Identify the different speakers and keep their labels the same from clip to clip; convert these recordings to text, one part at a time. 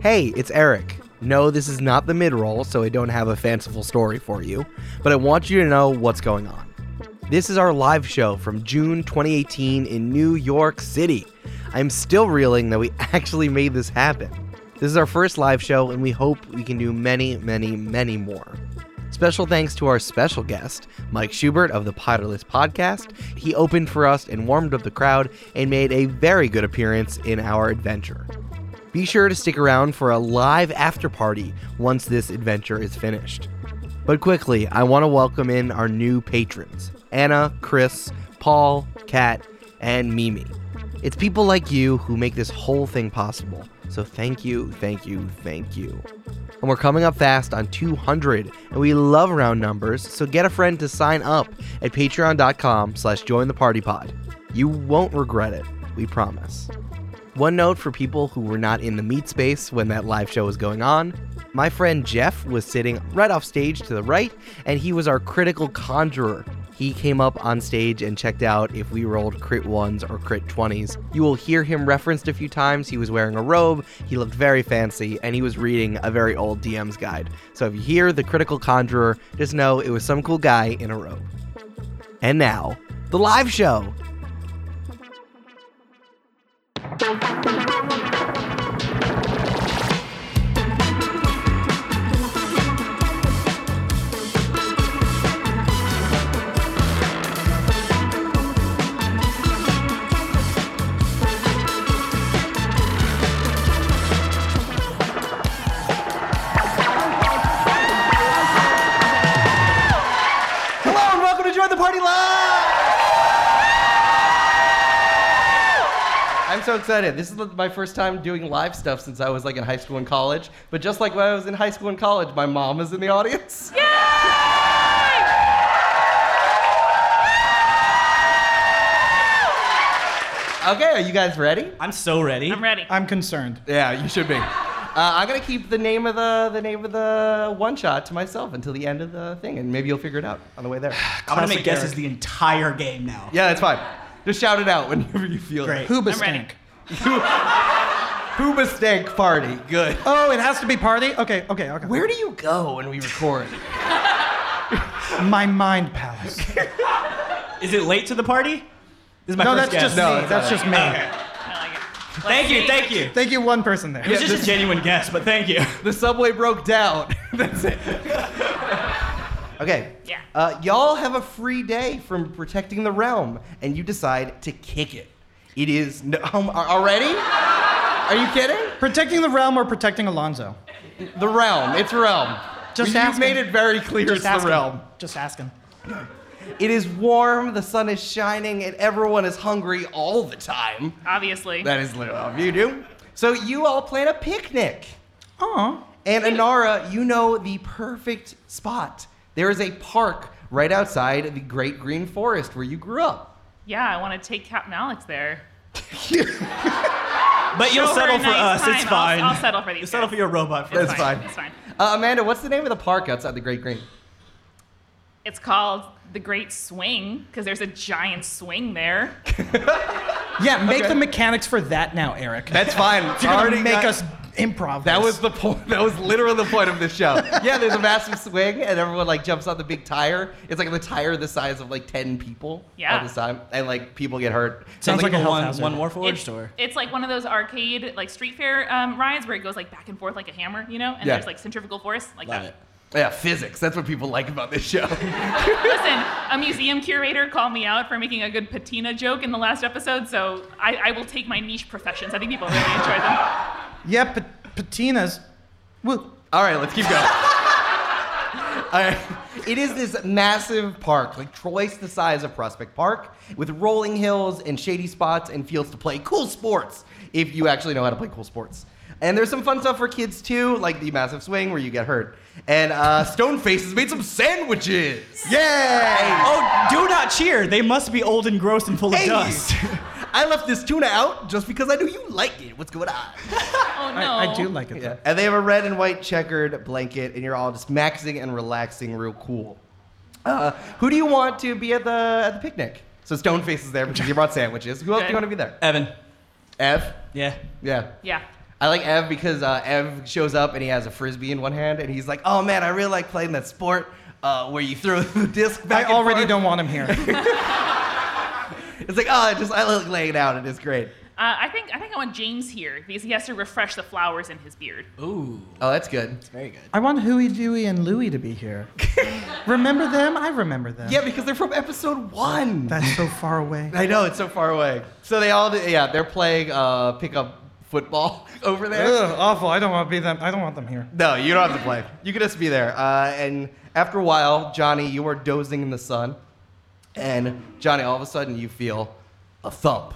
Speaker 1: Hey, it's Eric. No, this is not the mid roll, so I don't have a fanciful story for you, but I want you to know what's going on. This is our live show from June 2018 in New York City. I'm still reeling that we actually made this happen. This is our first live show, and we hope we can do many, many, many more. Special thanks to our special guest, Mike Schubert of the Potterless Podcast. He opened for us and warmed up the crowd and made a very good appearance in our adventure. Be sure to stick around for a live after party once this adventure is finished. But quickly, I want to welcome in our new patrons Anna, Chris, Paul, Kat, and Mimi. It's people like you who make this whole thing possible. So thank you, thank you, thank you. And we're coming up fast on 200, and we love round numbers, so get a friend to sign up at patreon.com slash join the party pod. You won't regret it, we promise. One note for people who were not in the meet space when that live show was going on. My friend Jeff was sitting right off stage to the right, and he was our critical conjurer. He came up on stage and checked out if we rolled crit ones or crit 20s. You will hear him referenced a few times. He was wearing a robe, he looked very fancy, and he was reading a very old DM's guide. So if you hear the critical conjurer, just know it was some cool guy in a robe. And now, the live show! Hello and welcome to Join the Party Live! I'm so excited. This is my first time doing live stuff since I was like in high school and college. But just like when I was in high school and college, my mom is in the audience. Okay, are you guys ready?
Speaker 2: I'm so ready.
Speaker 3: I'm ready.
Speaker 4: I'm concerned.
Speaker 1: Yeah, you should be. Uh, I'm gonna keep the name of the the name of the one shot to myself until the end of the thing, and maybe you'll figure it out on the way there.
Speaker 2: I'm gonna make
Speaker 4: Classic
Speaker 2: guesses
Speaker 4: Eric.
Speaker 2: the entire game now.
Speaker 1: Yeah, that's fine. Just shout it out whenever you feel
Speaker 2: Great.
Speaker 1: it.
Speaker 4: Hooba
Speaker 3: I'm ready.
Speaker 4: stank.
Speaker 1: Hooba stank party. Good.
Speaker 4: Oh, it has to be party? Okay, okay, okay.
Speaker 1: Where do you go when we record?
Speaker 4: My mind palace.
Speaker 2: Is it late to the party? This is my
Speaker 4: no,
Speaker 2: first
Speaker 4: that's
Speaker 2: guess.
Speaker 4: just
Speaker 1: No,
Speaker 4: me.
Speaker 1: it's
Speaker 4: That's
Speaker 1: all
Speaker 4: just me.
Speaker 3: I like it.
Speaker 2: Thank you, thank you.
Speaker 4: Thank you, one person there.
Speaker 2: This is just a genuine guess, but thank you.
Speaker 1: The subway broke down. That's it. okay.
Speaker 3: Yeah.
Speaker 1: Uh, y'all have a free day from protecting the realm, and you decide to kick it. It is no, um, a- already. Are you kidding?
Speaker 4: Protecting the realm or protecting Alonzo?
Speaker 1: The realm. It's realm.
Speaker 4: Just
Speaker 1: you
Speaker 4: ask
Speaker 1: made
Speaker 4: him.
Speaker 1: it very clear it's
Speaker 4: ask
Speaker 1: the realm.
Speaker 4: Him. Just ask him.
Speaker 1: It is warm. The sun is shining, and everyone is hungry all the time.
Speaker 3: Obviously.
Speaker 1: That is little of you do. So you all plan a picnic.
Speaker 4: Aw.
Speaker 1: And Anara, you know the perfect spot. There is a park right outside the Great Green Forest where you grew up.
Speaker 3: yeah, I want to take Captain Alex there.
Speaker 2: But you'll
Speaker 3: Show her
Speaker 2: settle
Speaker 3: a
Speaker 2: for
Speaker 3: nice
Speaker 2: us. It's
Speaker 3: time.
Speaker 2: fine.
Speaker 3: I'll, I'll settle for these.
Speaker 2: You'll settle
Speaker 3: guys.
Speaker 2: for your robot
Speaker 3: It's
Speaker 2: first.
Speaker 1: That's fine.
Speaker 3: It's fine.
Speaker 1: Uh, Amanda, what's the name of the park outside the Great Green?
Speaker 3: It's called the Great Swing because there's a giant swing there.
Speaker 4: Yeah, make
Speaker 1: Okay.
Speaker 4: the mechanics for that now, Eric.
Speaker 1: That's fine.
Speaker 4: You're gonna make us improv.
Speaker 1: That
Speaker 4: this.
Speaker 1: was the point. That was literally the point of this show. yeah, there's a massive swing, and everyone like jumps on the big tire. It's like the tire the size of like ten people
Speaker 3: Yeah.
Speaker 1: at this time, and like people get hurt.
Speaker 4: Sounds like a health
Speaker 2: one,
Speaker 4: hazard.
Speaker 2: one Warforged
Speaker 3: It's,
Speaker 2: or?
Speaker 3: it's like one of those arcade, like street fair um, rides where it goes like back and forth like a hammer, you know? And
Speaker 1: Yeah.
Speaker 3: there's like centrifugal force like
Speaker 2: Love
Speaker 3: that.
Speaker 2: it.
Speaker 1: yeah, physics. That's what people like about this show.
Speaker 3: Listen, a museum curator called me out for making a good patina joke in the last episode, so I, I will take my niche professions. I think people really enjoy them.
Speaker 4: Yeah, pa- patinas. Woo.
Speaker 1: All right, let's keep going. All right. It is this massive park, like twice the size of Prospect Park, with rolling hills and shady spots and fields to play cool sports, if you actually know how to play cool sports. And there's some fun stuff for kids too, like the massive swing where you get hurt. And uh, Stoneface has made some sandwiches. Yay!
Speaker 2: Oh, do not cheer. They must be old and gross and full of
Speaker 1: Hey!
Speaker 2: dust.
Speaker 1: I left this tuna out just because I knew you like it. What's going on?
Speaker 3: Oh no.
Speaker 4: I, I do like it.
Speaker 1: Yeah.
Speaker 4: though.
Speaker 1: And they have a red and white checkered blanket, and you're all just maxing and relaxing real cool. Uh, who do you want to be at the at the picnic? So Stoneface is there because you brought sandwiches. Who else do you want to be there?
Speaker 2: Evan.
Speaker 1: Ev?
Speaker 2: Yeah.
Speaker 1: Yeah.
Speaker 3: Yeah.
Speaker 1: I like Ev because uh, Ev shows up and he has a frisbee in one hand and he's like, "Oh man, I really like playing that sport uh, where you throw the disc
Speaker 4: I
Speaker 1: back." and
Speaker 4: already
Speaker 1: forth."
Speaker 4: don't want him here.
Speaker 1: It's like, oh, I just I like laying out. It is great.
Speaker 3: Uh, I think I think I want James here because he has to refresh the flowers in his beard.
Speaker 2: Ooh.
Speaker 1: Oh, that's good.
Speaker 2: Very good.
Speaker 4: I want Huey, Dewey, and Louie to be here. remember them? I remember them.
Speaker 1: Yeah, because they're from episode one.
Speaker 4: That's so far away.
Speaker 1: I know it's so far away. So they all, yeah, they're playing uh, pickup football over there.
Speaker 4: Ugh, awful. I don't want to be them. I don't want them here.
Speaker 1: No, you don't have to play. You can just be there. Uh, and after a while, Johnny, you are dozing in the sun, and Johnny, all of a sudden, you feel a thump,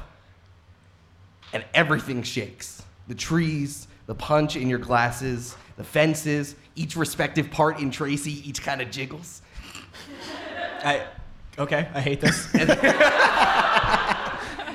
Speaker 1: and everything shakes. The trees, the punch in your glasses, the fences. Each respective part in Tracy, each kind of jiggles.
Speaker 2: I. Okay, I hate this.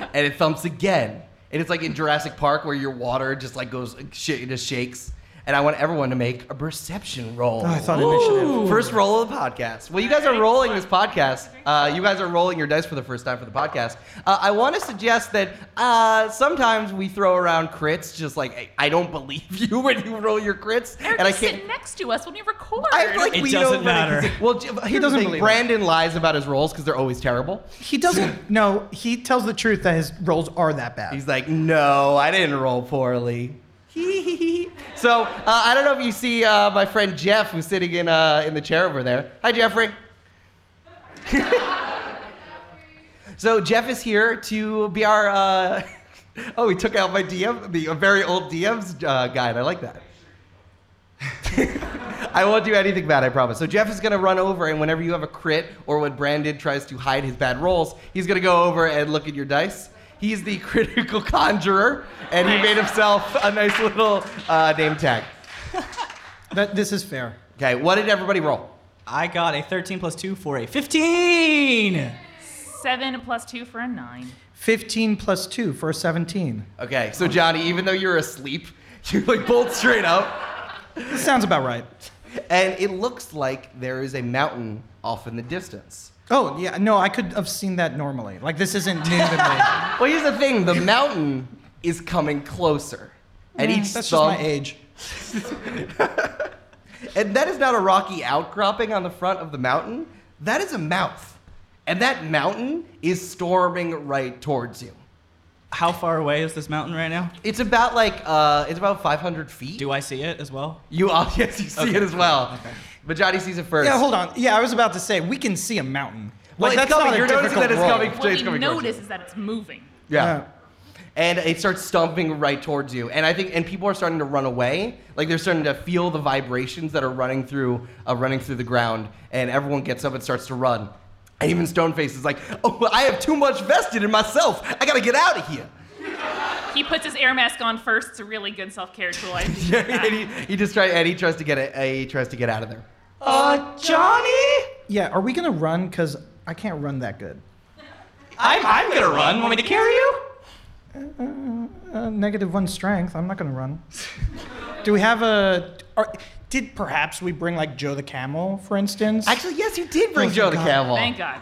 Speaker 1: and it thumps again. And it's like in Jurassic Park where your water just like goes sh- it just shakes. And I want everyone to make a perception roll.
Speaker 4: Oh, I thought initiative.
Speaker 1: First roll of the podcast. Well, you guys are rolling this podcast. Uh, you guys are rolling your dice for the first time for the podcast. Uh, I want to suggest that uh, sometimes we throw around crits, just like I, I don't believe you when you roll your crits,
Speaker 3: Eric,
Speaker 1: and I
Speaker 3: you
Speaker 1: can't.
Speaker 3: sit next to us when we record.
Speaker 1: I feel like
Speaker 2: It
Speaker 1: we
Speaker 2: doesn't
Speaker 1: don't
Speaker 2: matter.
Speaker 1: Really, well, j- here's the
Speaker 4: doesn't
Speaker 1: thing.
Speaker 4: believe it.
Speaker 1: Brandon lies about his rolls because they're always terrible.
Speaker 4: He doesn't. No, he tells the truth that his roles are that bad.
Speaker 1: He's like, no, I didn't roll poorly. so uh, I don't know if you see uh, my friend Jeff, who's sitting in uh, in the chair over there. Hi, Jeffrey. so Jeff is here to be our. Uh, oh, he took out my DM, the very old DMs uh, guide. I like that. I won't do anything bad, I promise. So Jeff is gonna run over, and whenever you have a crit or when Brandon tries to hide his bad rolls, he's gonna go over and look at your dice. He's the critical conjurer, and he made himself a nice little uh, name tag.
Speaker 4: that, this is fair.
Speaker 1: Okay, what did everybody roll?
Speaker 2: I got a 13 plus 2 for a 15.
Speaker 3: seven plus two for a nine.
Speaker 4: 15 plus 2 for a 17.
Speaker 1: Okay, so Johnny, even though you're asleep, you like bolt straight up.
Speaker 4: This sounds about right.
Speaker 1: and it looks like there is a mountain off in the distance.
Speaker 4: Oh, yeah. No, I could have seen that normally. Like, this isn't new to
Speaker 1: Well, here's the thing: the mountain is coming closer, and
Speaker 4: me.
Speaker 1: each
Speaker 4: That's just
Speaker 1: thump,
Speaker 4: my age.
Speaker 1: and that is not a rocky outcropping on the front of the mountain. That is a mouth, and that mountain is storming right towards you.
Speaker 2: How far away is this mountain right now?
Speaker 1: It's about like uh, it's about 500 feet.
Speaker 2: Do I see it as well?
Speaker 1: you all yes, you see
Speaker 2: Okay.
Speaker 1: it as well. But Johnny sees it first.
Speaker 4: Yeah, hold on. Yeah, I was about to say, we can see a mountain.
Speaker 1: Well,
Speaker 4: Like,
Speaker 1: it's
Speaker 4: that's
Speaker 1: coming.
Speaker 4: not a
Speaker 1: You're noticing
Speaker 4: difficult
Speaker 1: that it's
Speaker 4: roll.
Speaker 1: coming.
Speaker 3: What
Speaker 1: Jade's
Speaker 3: we
Speaker 1: coming towards
Speaker 3: notice
Speaker 1: you.
Speaker 3: is that it's moving.
Speaker 1: yeah. and it starts stomping right towards you. And I think, and people are starting to run away. Like they're starting to feel the vibrations that are running through, uh, running through the ground. And everyone gets up and starts to run. And even Stoneface is like, "Oh, I have too much vested in myself. I gotta get out of here."
Speaker 3: He puts his air mask on first. It's a really good self-care tool. I
Speaker 1: and he, he just tries, and he tries to get it. He tries to get out of there.
Speaker 2: Uh, Johnny?
Speaker 4: Yeah, are we going to run? Because I can't run that good.
Speaker 2: I'm, I'm gonna run. Want me to carry you?
Speaker 4: Uh, negative one strength. I'm not going to run. Do we have a. Are, did perhaps we bring, like, Joe the Camel, for instance?
Speaker 1: Actually, yes, you did bring
Speaker 4: Oh,
Speaker 1: Joe
Speaker 4: thank
Speaker 1: the
Speaker 4: God.
Speaker 1: camel.
Speaker 3: Thank God.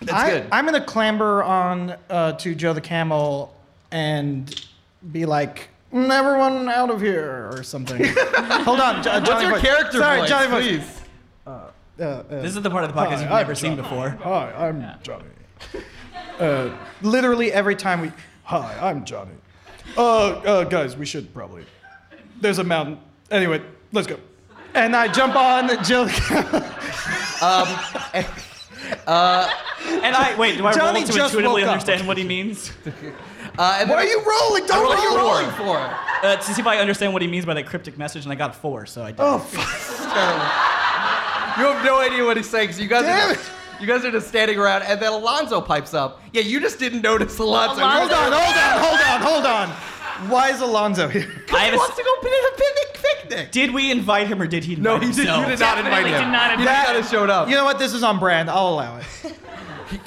Speaker 1: That's
Speaker 4: I,
Speaker 1: good.
Speaker 4: I'm gonna clamber on uh, to Joe the Camel and be like, "Mm, "Everyone out of here" or something. Hold on, Jo- Johnny
Speaker 1: What's your
Speaker 4: voice.
Speaker 1: character
Speaker 4: Sorry,
Speaker 1: voice,
Speaker 4: Johnny voice.
Speaker 1: please?
Speaker 4: Uh, uh,
Speaker 2: This is the part of the podcast you've
Speaker 4: Hi,
Speaker 2: never
Speaker 4: I'm
Speaker 2: seen before.
Speaker 1: Oh.
Speaker 4: hi, I'm Johnny. Uh, literally every time we, hi, I'm Johnny. Uh, uh, guys, we should probably. There's a mountain. Anyway, let's go. And I jump on Joe the Camel.
Speaker 2: And I wait. Do I
Speaker 4: Johnny
Speaker 2: roll to
Speaker 4: just
Speaker 2: intuitively
Speaker 4: woke up.
Speaker 2: understand what he means?
Speaker 1: Uh, and then
Speaker 4: Why are
Speaker 1: I-
Speaker 4: you rolling? Don't
Speaker 1: What are you
Speaker 4: roll.
Speaker 1: rolling for?
Speaker 2: Uh, to see if I understand what he means by that cryptic message, and I got a four, so I did.
Speaker 4: Oh, fuck.
Speaker 1: terrible. You have no idea what he's saying. So you guys,
Speaker 4: Damn
Speaker 1: are
Speaker 4: it.
Speaker 1: just, you guys are just standing around, and then Alonzo pipes up. Yeah, you just didn't notice Alonzo.
Speaker 3: Alonzo-
Speaker 4: Hold on, hold on, hold on, hold on. Why is Alonzo here?
Speaker 2: I
Speaker 1: He
Speaker 2: have a
Speaker 1: Oh, wants
Speaker 2: s-
Speaker 1: to go pin a picnic. picnic.
Speaker 2: did we invite him or did he?
Speaker 1: No,
Speaker 2: invite
Speaker 1: he did.
Speaker 2: himself?
Speaker 1: You did not invite
Speaker 3: Definitely
Speaker 1: him.
Speaker 3: did not
Speaker 1: you just
Speaker 3: invite
Speaker 1: kind of showed up.
Speaker 4: You know what? This is on brand. I'll allow it.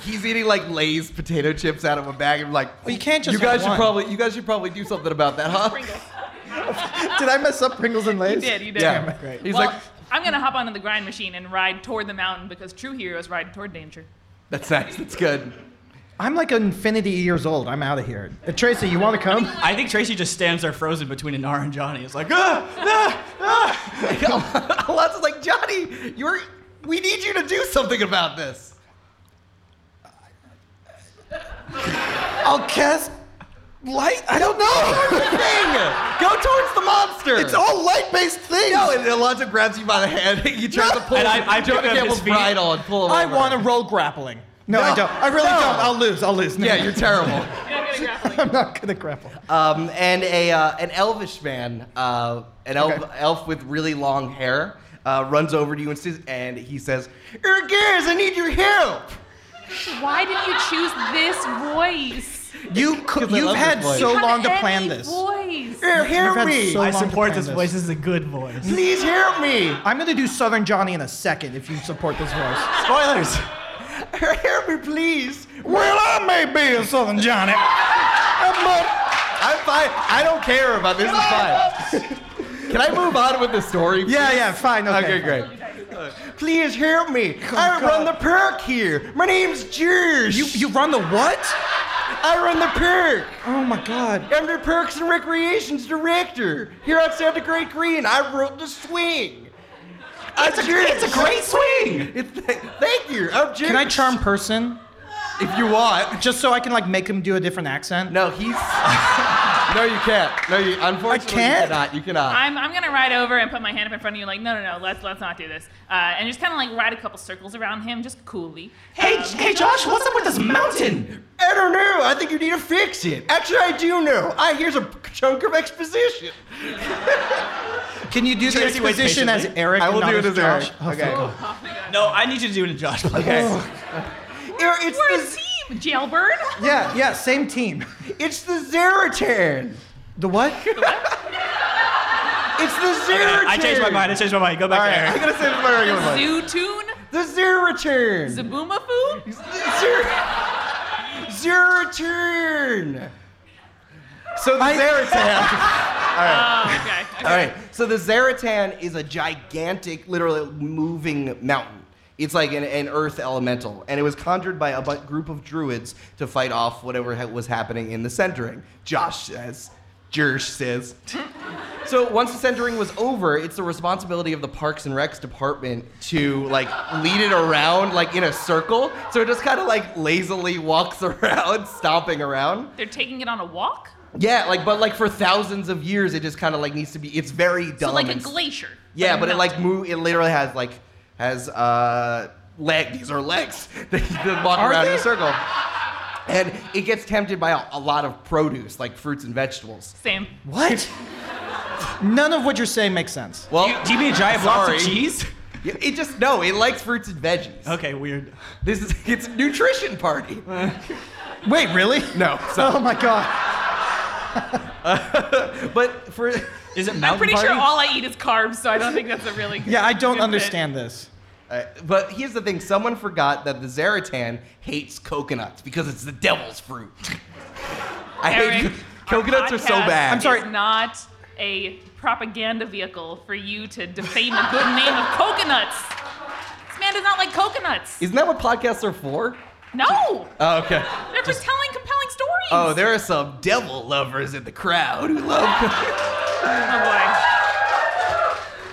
Speaker 1: He's eating like Lay's potato chips out of a bag. and like,
Speaker 4: Well, you can't just
Speaker 1: You guys
Speaker 4: have
Speaker 1: should
Speaker 4: one.
Speaker 1: probably, you guys should probably do something about that, huh?
Speaker 3: Pringles.
Speaker 4: Did I mess up Pringles and Lay's?
Speaker 3: You did. You did.
Speaker 1: Yeah.
Speaker 4: Great.
Speaker 1: He's
Speaker 3: well,
Speaker 1: like,
Speaker 3: I'm gonna hop onto the grind machine and ride toward the mountain because true heroes ride toward danger.
Speaker 1: that's nice. That's good.
Speaker 5: I'm like infinity years old. I'm out of here. Uh, Tracy, you want to come?
Speaker 2: I think Tracy just stands there frozen between Anar and Johnny. It's like, ah, ah, ah.
Speaker 1: Lots is like Johnny, you're. We need you to do something about this.
Speaker 4: I'll cast light. I don't know.
Speaker 1: Thing, go towards the monster.
Speaker 4: It's all light-based things.
Speaker 1: No, and Alonzo grabs you by the hand. You try to pull.
Speaker 2: And I- I
Speaker 1: Johnny
Speaker 2: pick up his
Speaker 1: Campbell's
Speaker 2: feet.
Speaker 1: bridle and pull him.
Speaker 4: I
Speaker 1: over.
Speaker 4: want to roll grappling. No, I
Speaker 1: No.
Speaker 4: don't. I really
Speaker 1: No.
Speaker 4: don't. I'll lose. I'll lose.
Speaker 1: Yeah, you're terrible.
Speaker 3: You're not gonna grapple.
Speaker 4: I'm not gonna grapple.
Speaker 1: Um, and a uh, an elvish man, uh, an elf,
Speaker 4: Okay.
Speaker 1: elf with really long hair, uh, runs over to you and, says, and he says, "Ergares, I need your help.
Speaker 3: Why did you choose this voice?
Speaker 1: You cou-
Speaker 4: You've had so
Speaker 3: Have
Speaker 4: long to
Speaker 3: any
Speaker 4: plan this.
Speaker 3: Voice.
Speaker 1: Here, hear
Speaker 4: You've had
Speaker 1: me.
Speaker 4: so
Speaker 2: I
Speaker 4: long to
Speaker 2: support
Speaker 4: plan
Speaker 2: this voice. This is a good voice.
Speaker 1: Please help me.
Speaker 4: I'm gonna do Southern Johnny in a second if you support this voice.
Speaker 2: Spoilers.
Speaker 1: Help me, please.
Speaker 4: Well, I may be a Southern Johnny, but
Speaker 1: I'm fine. I don't care about this. Is fine. Can I move on with the story?
Speaker 4: yeah, yeah, fine. Okay,
Speaker 1: Okay, great. Please help me. I
Speaker 4: God.
Speaker 1: run the perk here. My name's Jersh.
Speaker 4: You you run the what?
Speaker 1: I run the perk.
Speaker 4: Oh my God.
Speaker 1: I'm the Parks and Recreations Director here outside the Great Green. I wrote the swing. It's, a, it's a
Speaker 2: Great swing.
Speaker 1: thank you. I'm Jersh.
Speaker 4: Can I charm person
Speaker 1: If you want.
Speaker 4: just so I can like make him do a different accent?
Speaker 1: No, he's. no, you can't. No, you. Unfortunately,
Speaker 4: can't?
Speaker 1: you cannot. You cannot.
Speaker 3: I'm, I'm gonna ride over and put my hand up in front of you, like, no, no, no, let's let's not do this, uh, and just kind of like ride a couple circles around him, just coolly. Um,
Speaker 2: Hey, hey, Josh, what's up with this mountain?
Speaker 1: I don't know. I think you need to fix it. Actually, I do know. I here's a chunk of exposition.
Speaker 4: Can you do the
Speaker 2: Tracy waits
Speaker 4: exposition as
Speaker 2: patiently.
Speaker 4: Eric?
Speaker 1: I will
Speaker 4: and not
Speaker 1: do it as Eric.
Speaker 4: Josh? Oh,
Speaker 1: Okay.
Speaker 4: fuck.
Speaker 2: No, I need you to do it, in Josh. Please.
Speaker 1: Okay. Oh, There- it's
Speaker 3: We're a
Speaker 1: the
Speaker 3: team, jailbird.
Speaker 4: Yeah, yeah, same team.
Speaker 1: it's the Zeratan.
Speaker 4: The what?
Speaker 1: It's the Zeratan.
Speaker 2: I changed my mind. I changed my mind. Go back
Speaker 1: All right,
Speaker 2: to
Speaker 1: I'm
Speaker 2: Eric.
Speaker 1: gonna say this my regular one.
Speaker 3: Zoo tune,
Speaker 1: The Zeraturn.
Speaker 3: Zaboomafu.
Speaker 1: Zeraturn. Zeraturn. So the Zeratan.
Speaker 3: Oh, okay. okay.
Speaker 1: All right. So the Zeratan is a gigantic, literally moving mountain. It's like an, an earth elemental, and it was conjured by a bu- group of druids to fight off whatever ha- was happening in the centering. Josh says, Jersh says. So once the centering was over, it's the responsibility of the Parks and Recs department to like lead it around like in a circle. So it just kind of like lazily walks around, stomping around.
Speaker 3: They're taking it on a walk,
Speaker 1: Yeah, like but like for thousands of years, it just kind of like needs to be. It's very dumb.
Speaker 3: so like a
Speaker 1: and-
Speaker 3: glacier.
Speaker 1: Yeah, but
Speaker 3: a
Speaker 1: it like
Speaker 3: mountain.
Speaker 1: move. It literally has like has uh leg. These are legs that you can walk
Speaker 4: Are
Speaker 1: around in
Speaker 4: they?
Speaker 1: a circle. And it gets tempted by a, a lot of produce, like fruits and vegetables.
Speaker 3: same.
Speaker 4: What? None of what you're saying makes sense.
Speaker 1: Well,
Speaker 2: Do you, do you mean giant blocks of
Speaker 1: Sorry.
Speaker 2: cheese?
Speaker 1: it just no. It likes fruits and veggies.
Speaker 2: Okay, weird.
Speaker 1: This is it's a nutrition party.
Speaker 4: Wait, really?
Speaker 1: No,
Speaker 4: Oh my god.
Speaker 1: but for
Speaker 2: Is it mountain
Speaker 3: I'm pretty
Speaker 2: party?
Speaker 3: sure all I eat is carbs, so I don't think that's a really. Good,
Speaker 4: Yeah, I don't
Speaker 3: good fit.
Speaker 4: understand this.
Speaker 1: uh, but here's the thing: someone forgot that the Zaratan hates coconuts because it's the devil's fruit. I hate
Speaker 3: Eric,
Speaker 1: co-
Speaker 3: our
Speaker 1: coconuts are so
Speaker 3: podcast
Speaker 1: bad.
Speaker 4: I'm sorry.
Speaker 3: Is not a propaganda vehicle for you to defame the good name of coconuts. This man does not like coconuts.
Speaker 1: Isn't that what podcasts are for?
Speaker 3: no,
Speaker 1: Oh, okay.
Speaker 3: they're for telling compelling stories.
Speaker 1: Oh, there are some devil lovers in the crowd who love coconuts.
Speaker 3: Oh,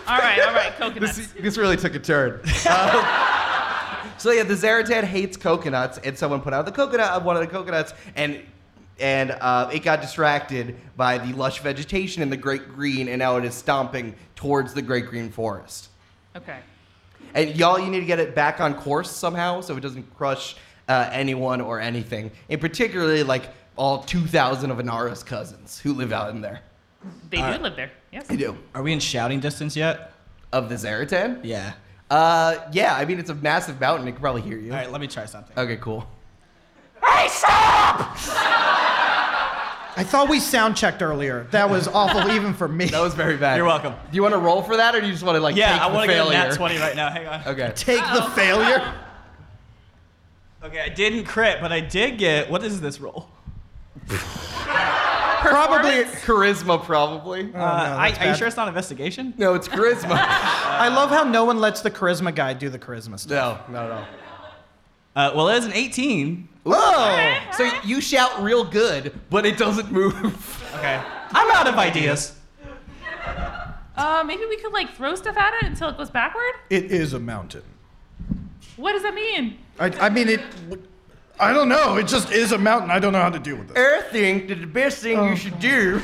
Speaker 3: boy. All right, all right, coconuts.
Speaker 1: This, this really took a turn. Um, so yeah, the Zaratan hates coconuts, and someone put out the coconut of one of the coconuts, and and uh, it got distracted by the lush vegetation and the great green, and now it is stomping towards the great green forest.
Speaker 3: okay.
Speaker 1: And y'all, you need to get it back on course somehow so it doesn't crush uh, anyone or anything. And particularly, like, all 2,000 of Anara's cousins who live out in there.
Speaker 3: They do live there. Yes.
Speaker 1: I do.
Speaker 2: Are we in shouting distance yet?
Speaker 1: Of the Zaratan?
Speaker 2: Yeah.
Speaker 1: Uh, yeah, I mean, it's a massive mountain. It can probably hear you.
Speaker 2: All right, let me try something.
Speaker 1: Okay, cool.
Speaker 4: I thought we sound checked earlier. That was awful even for me.
Speaker 1: That was very bad.
Speaker 2: You're welcome.
Speaker 1: Do you want to roll for that or do you just want to, like,
Speaker 2: Yeah,
Speaker 1: take
Speaker 2: I
Speaker 1: the
Speaker 2: want to get a
Speaker 1: failure?
Speaker 2: nat 20 right now. Hang on.
Speaker 1: Okay.
Speaker 4: Take the
Speaker 1: Uh,
Speaker 4: failure.
Speaker 2: Okay, I didn't crit, but I did get. What is this roll?
Speaker 4: Probably
Speaker 1: Charisma, probably.
Speaker 4: Oh, no,
Speaker 2: uh, I,
Speaker 4: that's
Speaker 2: are you
Speaker 4: bad.
Speaker 2: sure it's not investigation?
Speaker 1: No, it's charisma.
Speaker 4: I love how no one lets the charisma guy do the charisma stuff.
Speaker 1: no, not at all.
Speaker 2: Uh, well, that is an 18.
Speaker 1: Whoa! So you shout real good, but it doesn't move.
Speaker 2: Okay. I'm out of ideas.
Speaker 3: Uh, maybe we could like throw stuff at it until it goes backward.
Speaker 6: It is a mountain.
Speaker 3: What does that mean?
Speaker 6: I, I mean, it. I don't know. It just is a mountain. I don't know how to deal with it.
Speaker 1: I think that the best thing
Speaker 4: Oh.
Speaker 1: you should do.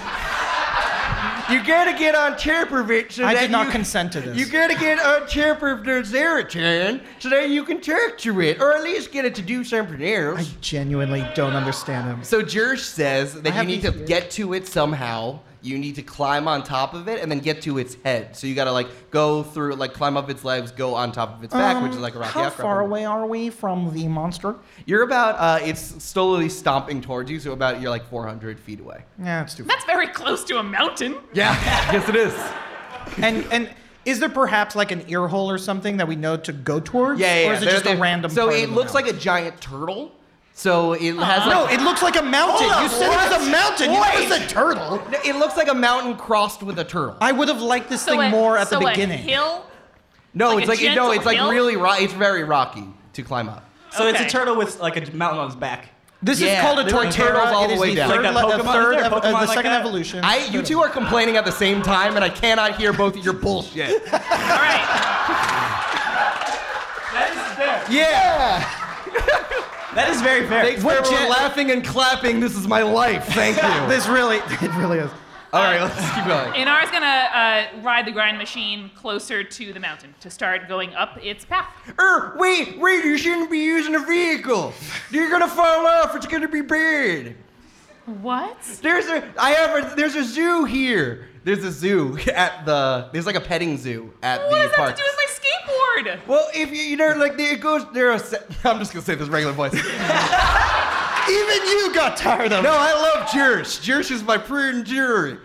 Speaker 1: You gotta get on chairproof so
Speaker 4: I
Speaker 1: that
Speaker 4: did not
Speaker 1: you-
Speaker 4: consent to this.
Speaker 1: You gotta get on chairproof Zeratan so that you can talk to it, or at least get it to do something
Speaker 4: I
Speaker 1: else.
Speaker 4: genuinely don't understand him.
Speaker 1: So Jersh says that you
Speaker 4: have
Speaker 1: need to
Speaker 4: these ears.
Speaker 1: get to it somehow. You need to climb on top of it and then get to its head. So you gotta like go through, like climb up its legs, go on top of its back, which is like a rocky
Speaker 4: Um, How
Speaker 1: outcrop.
Speaker 4: far away are we from the monster?
Speaker 1: You're about, uh, it's slowly stomping towards you, so about you're like 400 feet away.
Speaker 4: Yeah, it's too far.
Speaker 3: That's very close to a mountain.
Speaker 1: Yeah, yes it is.
Speaker 4: and and is there perhaps like an ear hole or something that we know to go towards?
Speaker 1: Yeah, yeah.
Speaker 4: Or is it
Speaker 1: there-
Speaker 4: just
Speaker 1: there-
Speaker 4: a random?
Speaker 1: So
Speaker 4: part
Speaker 1: it
Speaker 4: of the
Speaker 1: looks
Speaker 4: mountain?
Speaker 1: like a giant turtle. So it has
Speaker 4: No,
Speaker 1: like,
Speaker 4: it looks like a mountain.
Speaker 1: Hold
Speaker 4: you
Speaker 1: up,
Speaker 4: said it was
Speaker 1: what?
Speaker 4: a mountain. You said
Speaker 1: Wait.
Speaker 4: it was a turtle.
Speaker 1: no, it looks like a mountain crossed with a turtle.
Speaker 4: I would have liked this
Speaker 3: So
Speaker 4: thing
Speaker 3: a-
Speaker 4: more at
Speaker 3: so
Speaker 4: the
Speaker 3: a
Speaker 4: beginning.
Speaker 3: hill.
Speaker 1: no,
Speaker 3: like
Speaker 1: it's
Speaker 3: a
Speaker 1: like no,
Speaker 3: gentle
Speaker 1: it's like
Speaker 3: hill?
Speaker 1: really ro- it's very rocky to climb up.
Speaker 2: So it's a
Speaker 3: Okay.
Speaker 2: turtle with like a mountain on its back.
Speaker 4: This
Speaker 1: Yeah,
Speaker 4: is called a
Speaker 1: they're like
Speaker 4: Torterra.
Speaker 1: turtles all
Speaker 4: it
Speaker 1: the
Speaker 4: is
Speaker 1: way
Speaker 4: the
Speaker 1: down.
Speaker 4: third,
Speaker 2: Like that
Speaker 4: le- the
Speaker 2: Pokemon-
Speaker 4: third
Speaker 2: is there a
Speaker 4: ev- uh,
Speaker 2: Pokemon
Speaker 4: the
Speaker 2: like
Speaker 4: second
Speaker 2: that?
Speaker 4: evolution.
Speaker 1: I, you two are complaining at the same time, and I cannot hear both of your bullshit.
Speaker 3: All right.
Speaker 2: That is fair.
Speaker 1: Yeah,
Speaker 2: That is very fair.
Speaker 1: thanks for
Speaker 4: We're
Speaker 1: everyone
Speaker 4: gen-
Speaker 1: laughing and clapping. This is my life. Thank you.
Speaker 4: This really, it really is.
Speaker 1: All right, let's keep going.
Speaker 3: Inar's gonna uh, ride the grind machine closer to the mountain to start going up its path.
Speaker 1: Er, wait, wait! You shouldn't be using a vehicle. You're gonna fall off. It's gonna be bad.
Speaker 3: What?
Speaker 1: There's a I have a there's a zoo here. There's a zoo at the there's like a petting zoo at
Speaker 3: What
Speaker 1: the
Speaker 3: does that have
Speaker 1: park.
Speaker 3: to do with my skateboard?
Speaker 1: well, if you you know like there goes there are se- I'm just gonna say this regular voice.
Speaker 4: Even you got tired of
Speaker 1: no,
Speaker 4: it.
Speaker 1: I love Jersh. Jersh is my prudent jury.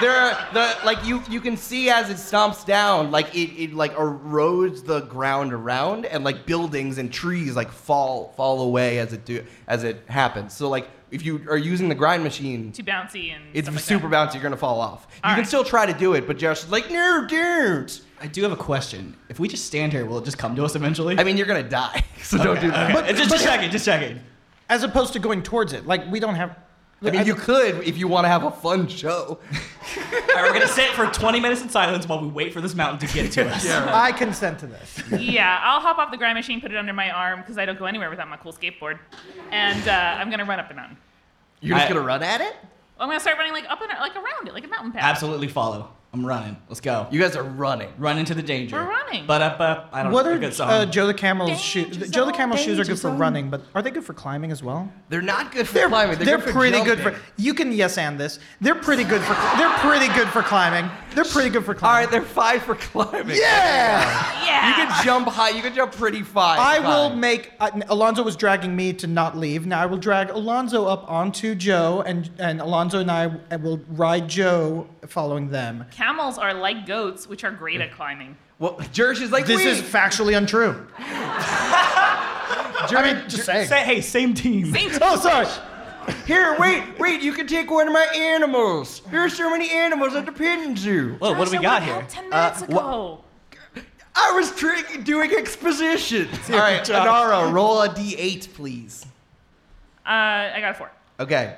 Speaker 1: there are the like you you can see as it stomps down like it, it like erodes the ground around and like buildings and trees like fall fall away as it do as it happens. So like if you are using the grind machine
Speaker 3: Too bouncy and.
Speaker 1: It's
Speaker 3: stuff like
Speaker 1: super
Speaker 3: that.
Speaker 1: bouncy. You're gonna fall off. you
Speaker 3: All
Speaker 1: can
Speaker 3: right.
Speaker 1: still try to do it, but Josh is like, no, don't.
Speaker 2: I do have a question. If we just stand here, will it just come to us eventually?
Speaker 1: I mean, you're gonna die, so don't do that.
Speaker 2: Okay, Uh, just, just checking, just checking.
Speaker 4: As opposed to going towards it, like we don't have.
Speaker 1: I mean, you could if you want to have a fun show.
Speaker 2: All right, we're gonna sit for 20 minutes in silence while we wait for this mountain to get to us.
Speaker 4: I consent to this.
Speaker 3: yeah, I'll hop off the grind machine, put it under my arm because I don't go anywhere without my cool skateboard, and uh, I'm gonna run up the mountain.
Speaker 1: You're just
Speaker 2: I-
Speaker 1: gonna run at it.
Speaker 3: I'm gonna start running like up and like around it, like a mountain path.
Speaker 2: Absolutely follow. I'm running. Let's go.
Speaker 1: You guys are running.
Speaker 2: Run into the danger.
Speaker 3: We're running.
Speaker 2: But up, up. I don't
Speaker 4: What
Speaker 2: know.
Speaker 4: are
Speaker 2: good song.
Speaker 4: uh, Joe the Camel's shoes?
Speaker 3: Danger
Speaker 4: Joe the
Speaker 3: zone,
Speaker 4: Camel's shoes are
Speaker 3: danger
Speaker 4: good for
Speaker 3: zone.
Speaker 4: running, but are they good for climbing as well?
Speaker 1: They're not good for climbing. They're, good for
Speaker 4: pretty good for.
Speaker 1: jumping.
Speaker 4: You can yes and this. They're pretty good for. They're pretty good for climbing. They're pretty good for
Speaker 1: All
Speaker 4: climbing.
Speaker 1: right, they're five for climbing.
Speaker 4: yeah.
Speaker 3: Yeah.
Speaker 1: You can jump high. You can jump pretty high.
Speaker 4: I will
Speaker 1: high.
Speaker 4: make. Uh, Alonzo was dragging me to not leave. Now I will drag Alonzo up onto Joe, and and Alonzo and I w- will ride Joe following them.
Speaker 3: Camels are like goats, which are great at climbing.
Speaker 1: Well, Jersh is like,
Speaker 4: This
Speaker 1: "Wait."
Speaker 4: is factually untrue. I mean, just saying.
Speaker 2: Say, hey, same team.
Speaker 3: Same
Speaker 4: Oh, sorry.
Speaker 1: Here, wait, wait. You can take one of my animals. There are so many animals at the petting zoo.
Speaker 2: Whoa, what do we got here?
Speaker 3: Ten minutes ago.
Speaker 1: I was tr- doing exposition. All right, Anara, roll a d8, please.
Speaker 3: Uh, I got a four.
Speaker 1: Okay.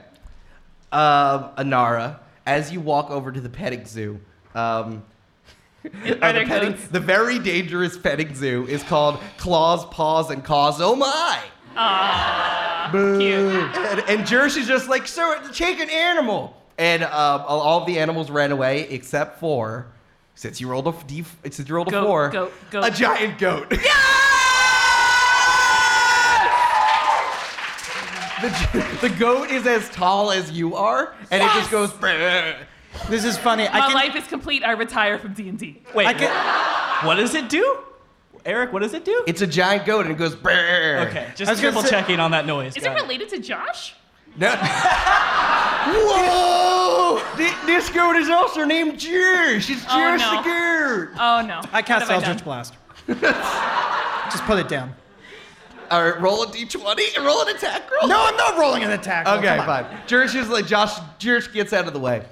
Speaker 1: Um, Anara, as you walk over to the petting zoo, um,
Speaker 3: Are
Speaker 1: the,
Speaker 3: there
Speaker 1: petting,
Speaker 3: goats?
Speaker 1: the very dangerous petting zoo is called Claws, Paws, and Caws. Oh my!
Speaker 3: Cute.
Speaker 1: And, and Jersey's just like, so take an animal. And um, all all of the animals ran away except for, since you rolled a, f- d- since you rolled a
Speaker 3: Goat,
Speaker 1: four,
Speaker 3: goat,
Speaker 1: a
Speaker 3: goat.
Speaker 1: giant goat. The, g- the goat is as tall as you are, and it just goes. "Brr."
Speaker 4: This is funny. I
Speaker 3: My
Speaker 4: can,
Speaker 3: life is complete. I retire from D and D.
Speaker 2: Wait,
Speaker 4: I can.
Speaker 2: what does it do? Eric, what does it do?
Speaker 1: It's a giant goat, and it goes. "Brr."
Speaker 2: okay,
Speaker 4: I
Speaker 2: just
Speaker 4: was gonna
Speaker 2: triple
Speaker 4: say-
Speaker 2: checking on that noise.
Speaker 3: Is
Speaker 2: Got
Speaker 3: it related to Josh?
Speaker 1: No. Whoa! Th- This goat is also named Jersh. It's
Speaker 3: Oh,
Speaker 1: Jersh
Speaker 3: no.
Speaker 1: the goat.
Speaker 3: Oh no.
Speaker 4: I cast
Speaker 3: What have I
Speaker 4: Eldritch Blast. just put it down.
Speaker 1: All right, roll a d20 and roll an attack roll. Oh,
Speaker 4: No, I'm not rolling an attack. roll,
Speaker 1: Okay,
Speaker 4: come on.
Speaker 1: fine. Jersh is like Josh. Jersh gets out of the way.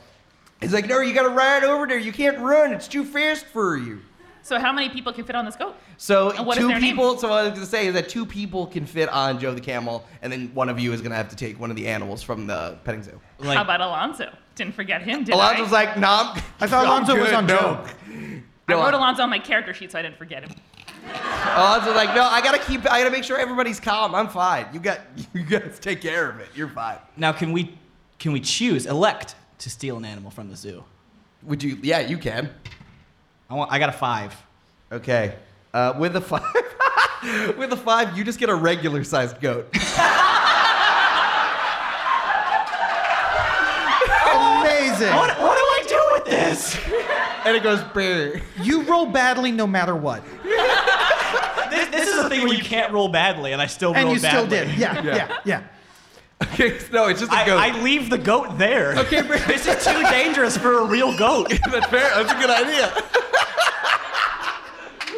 Speaker 1: He's like, no, you gotta ride over there. You can't run. It's too fast for you.
Speaker 3: So how many people can fit on this goat?
Speaker 1: So
Speaker 3: And what is
Speaker 1: two
Speaker 3: their name?
Speaker 1: people. So what I was gonna say is that two people can fit on Joe the camel, and then one of you is gonna have to take one of the animals from the petting zoo.
Speaker 2: Like,
Speaker 3: how about Alonzo? Didn't forget him, did I?
Speaker 1: Alonzo's like, nah. I'm-
Speaker 4: I thought
Speaker 1: I'm
Speaker 4: Alonzo was
Speaker 1: good,
Speaker 4: on
Speaker 1: no.
Speaker 4: Joe.
Speaker 3: I
Speaker 1: No,
Speaker 3: wrote Alonzo on my character sheet so I didn't forget him.
Speaker 1: Alonzo's like, no, Oh, I gotta keep. I gotta make sure everybody's calm. I'm fine. You got. You guys take care of it. You're fine.
Speaker 2: now can we can we choose elect to steal an animal from the zoo?
Speaker 1: Would you? Yeah, you can.
Speaker 2: I want. I got a five.
Speaker 1: Okay. Uh, with a five, with a five, you just get a regular sized goat.
Speaker 4: Amazing.
Speaker 2: What, what do I do with this?
Speaker 1: and it goes brr.
Speaker 4: You roll badly no matter what.
Speaker 2: This, this is a thing where you can't roll badly, and I still
Speaker 4: And
Speaker 2: roll
Speaker 4: you still
Speaker 2: badly.
Speaker 4: did. Yeah, yeah, yeah.
Speaker 1: Okay, no, it's just a goat.
Speaker 2: I, I leave the goat there. Okay, this is too dangerous for a real goat.
Speaker 1: That's fair. That's a good idea.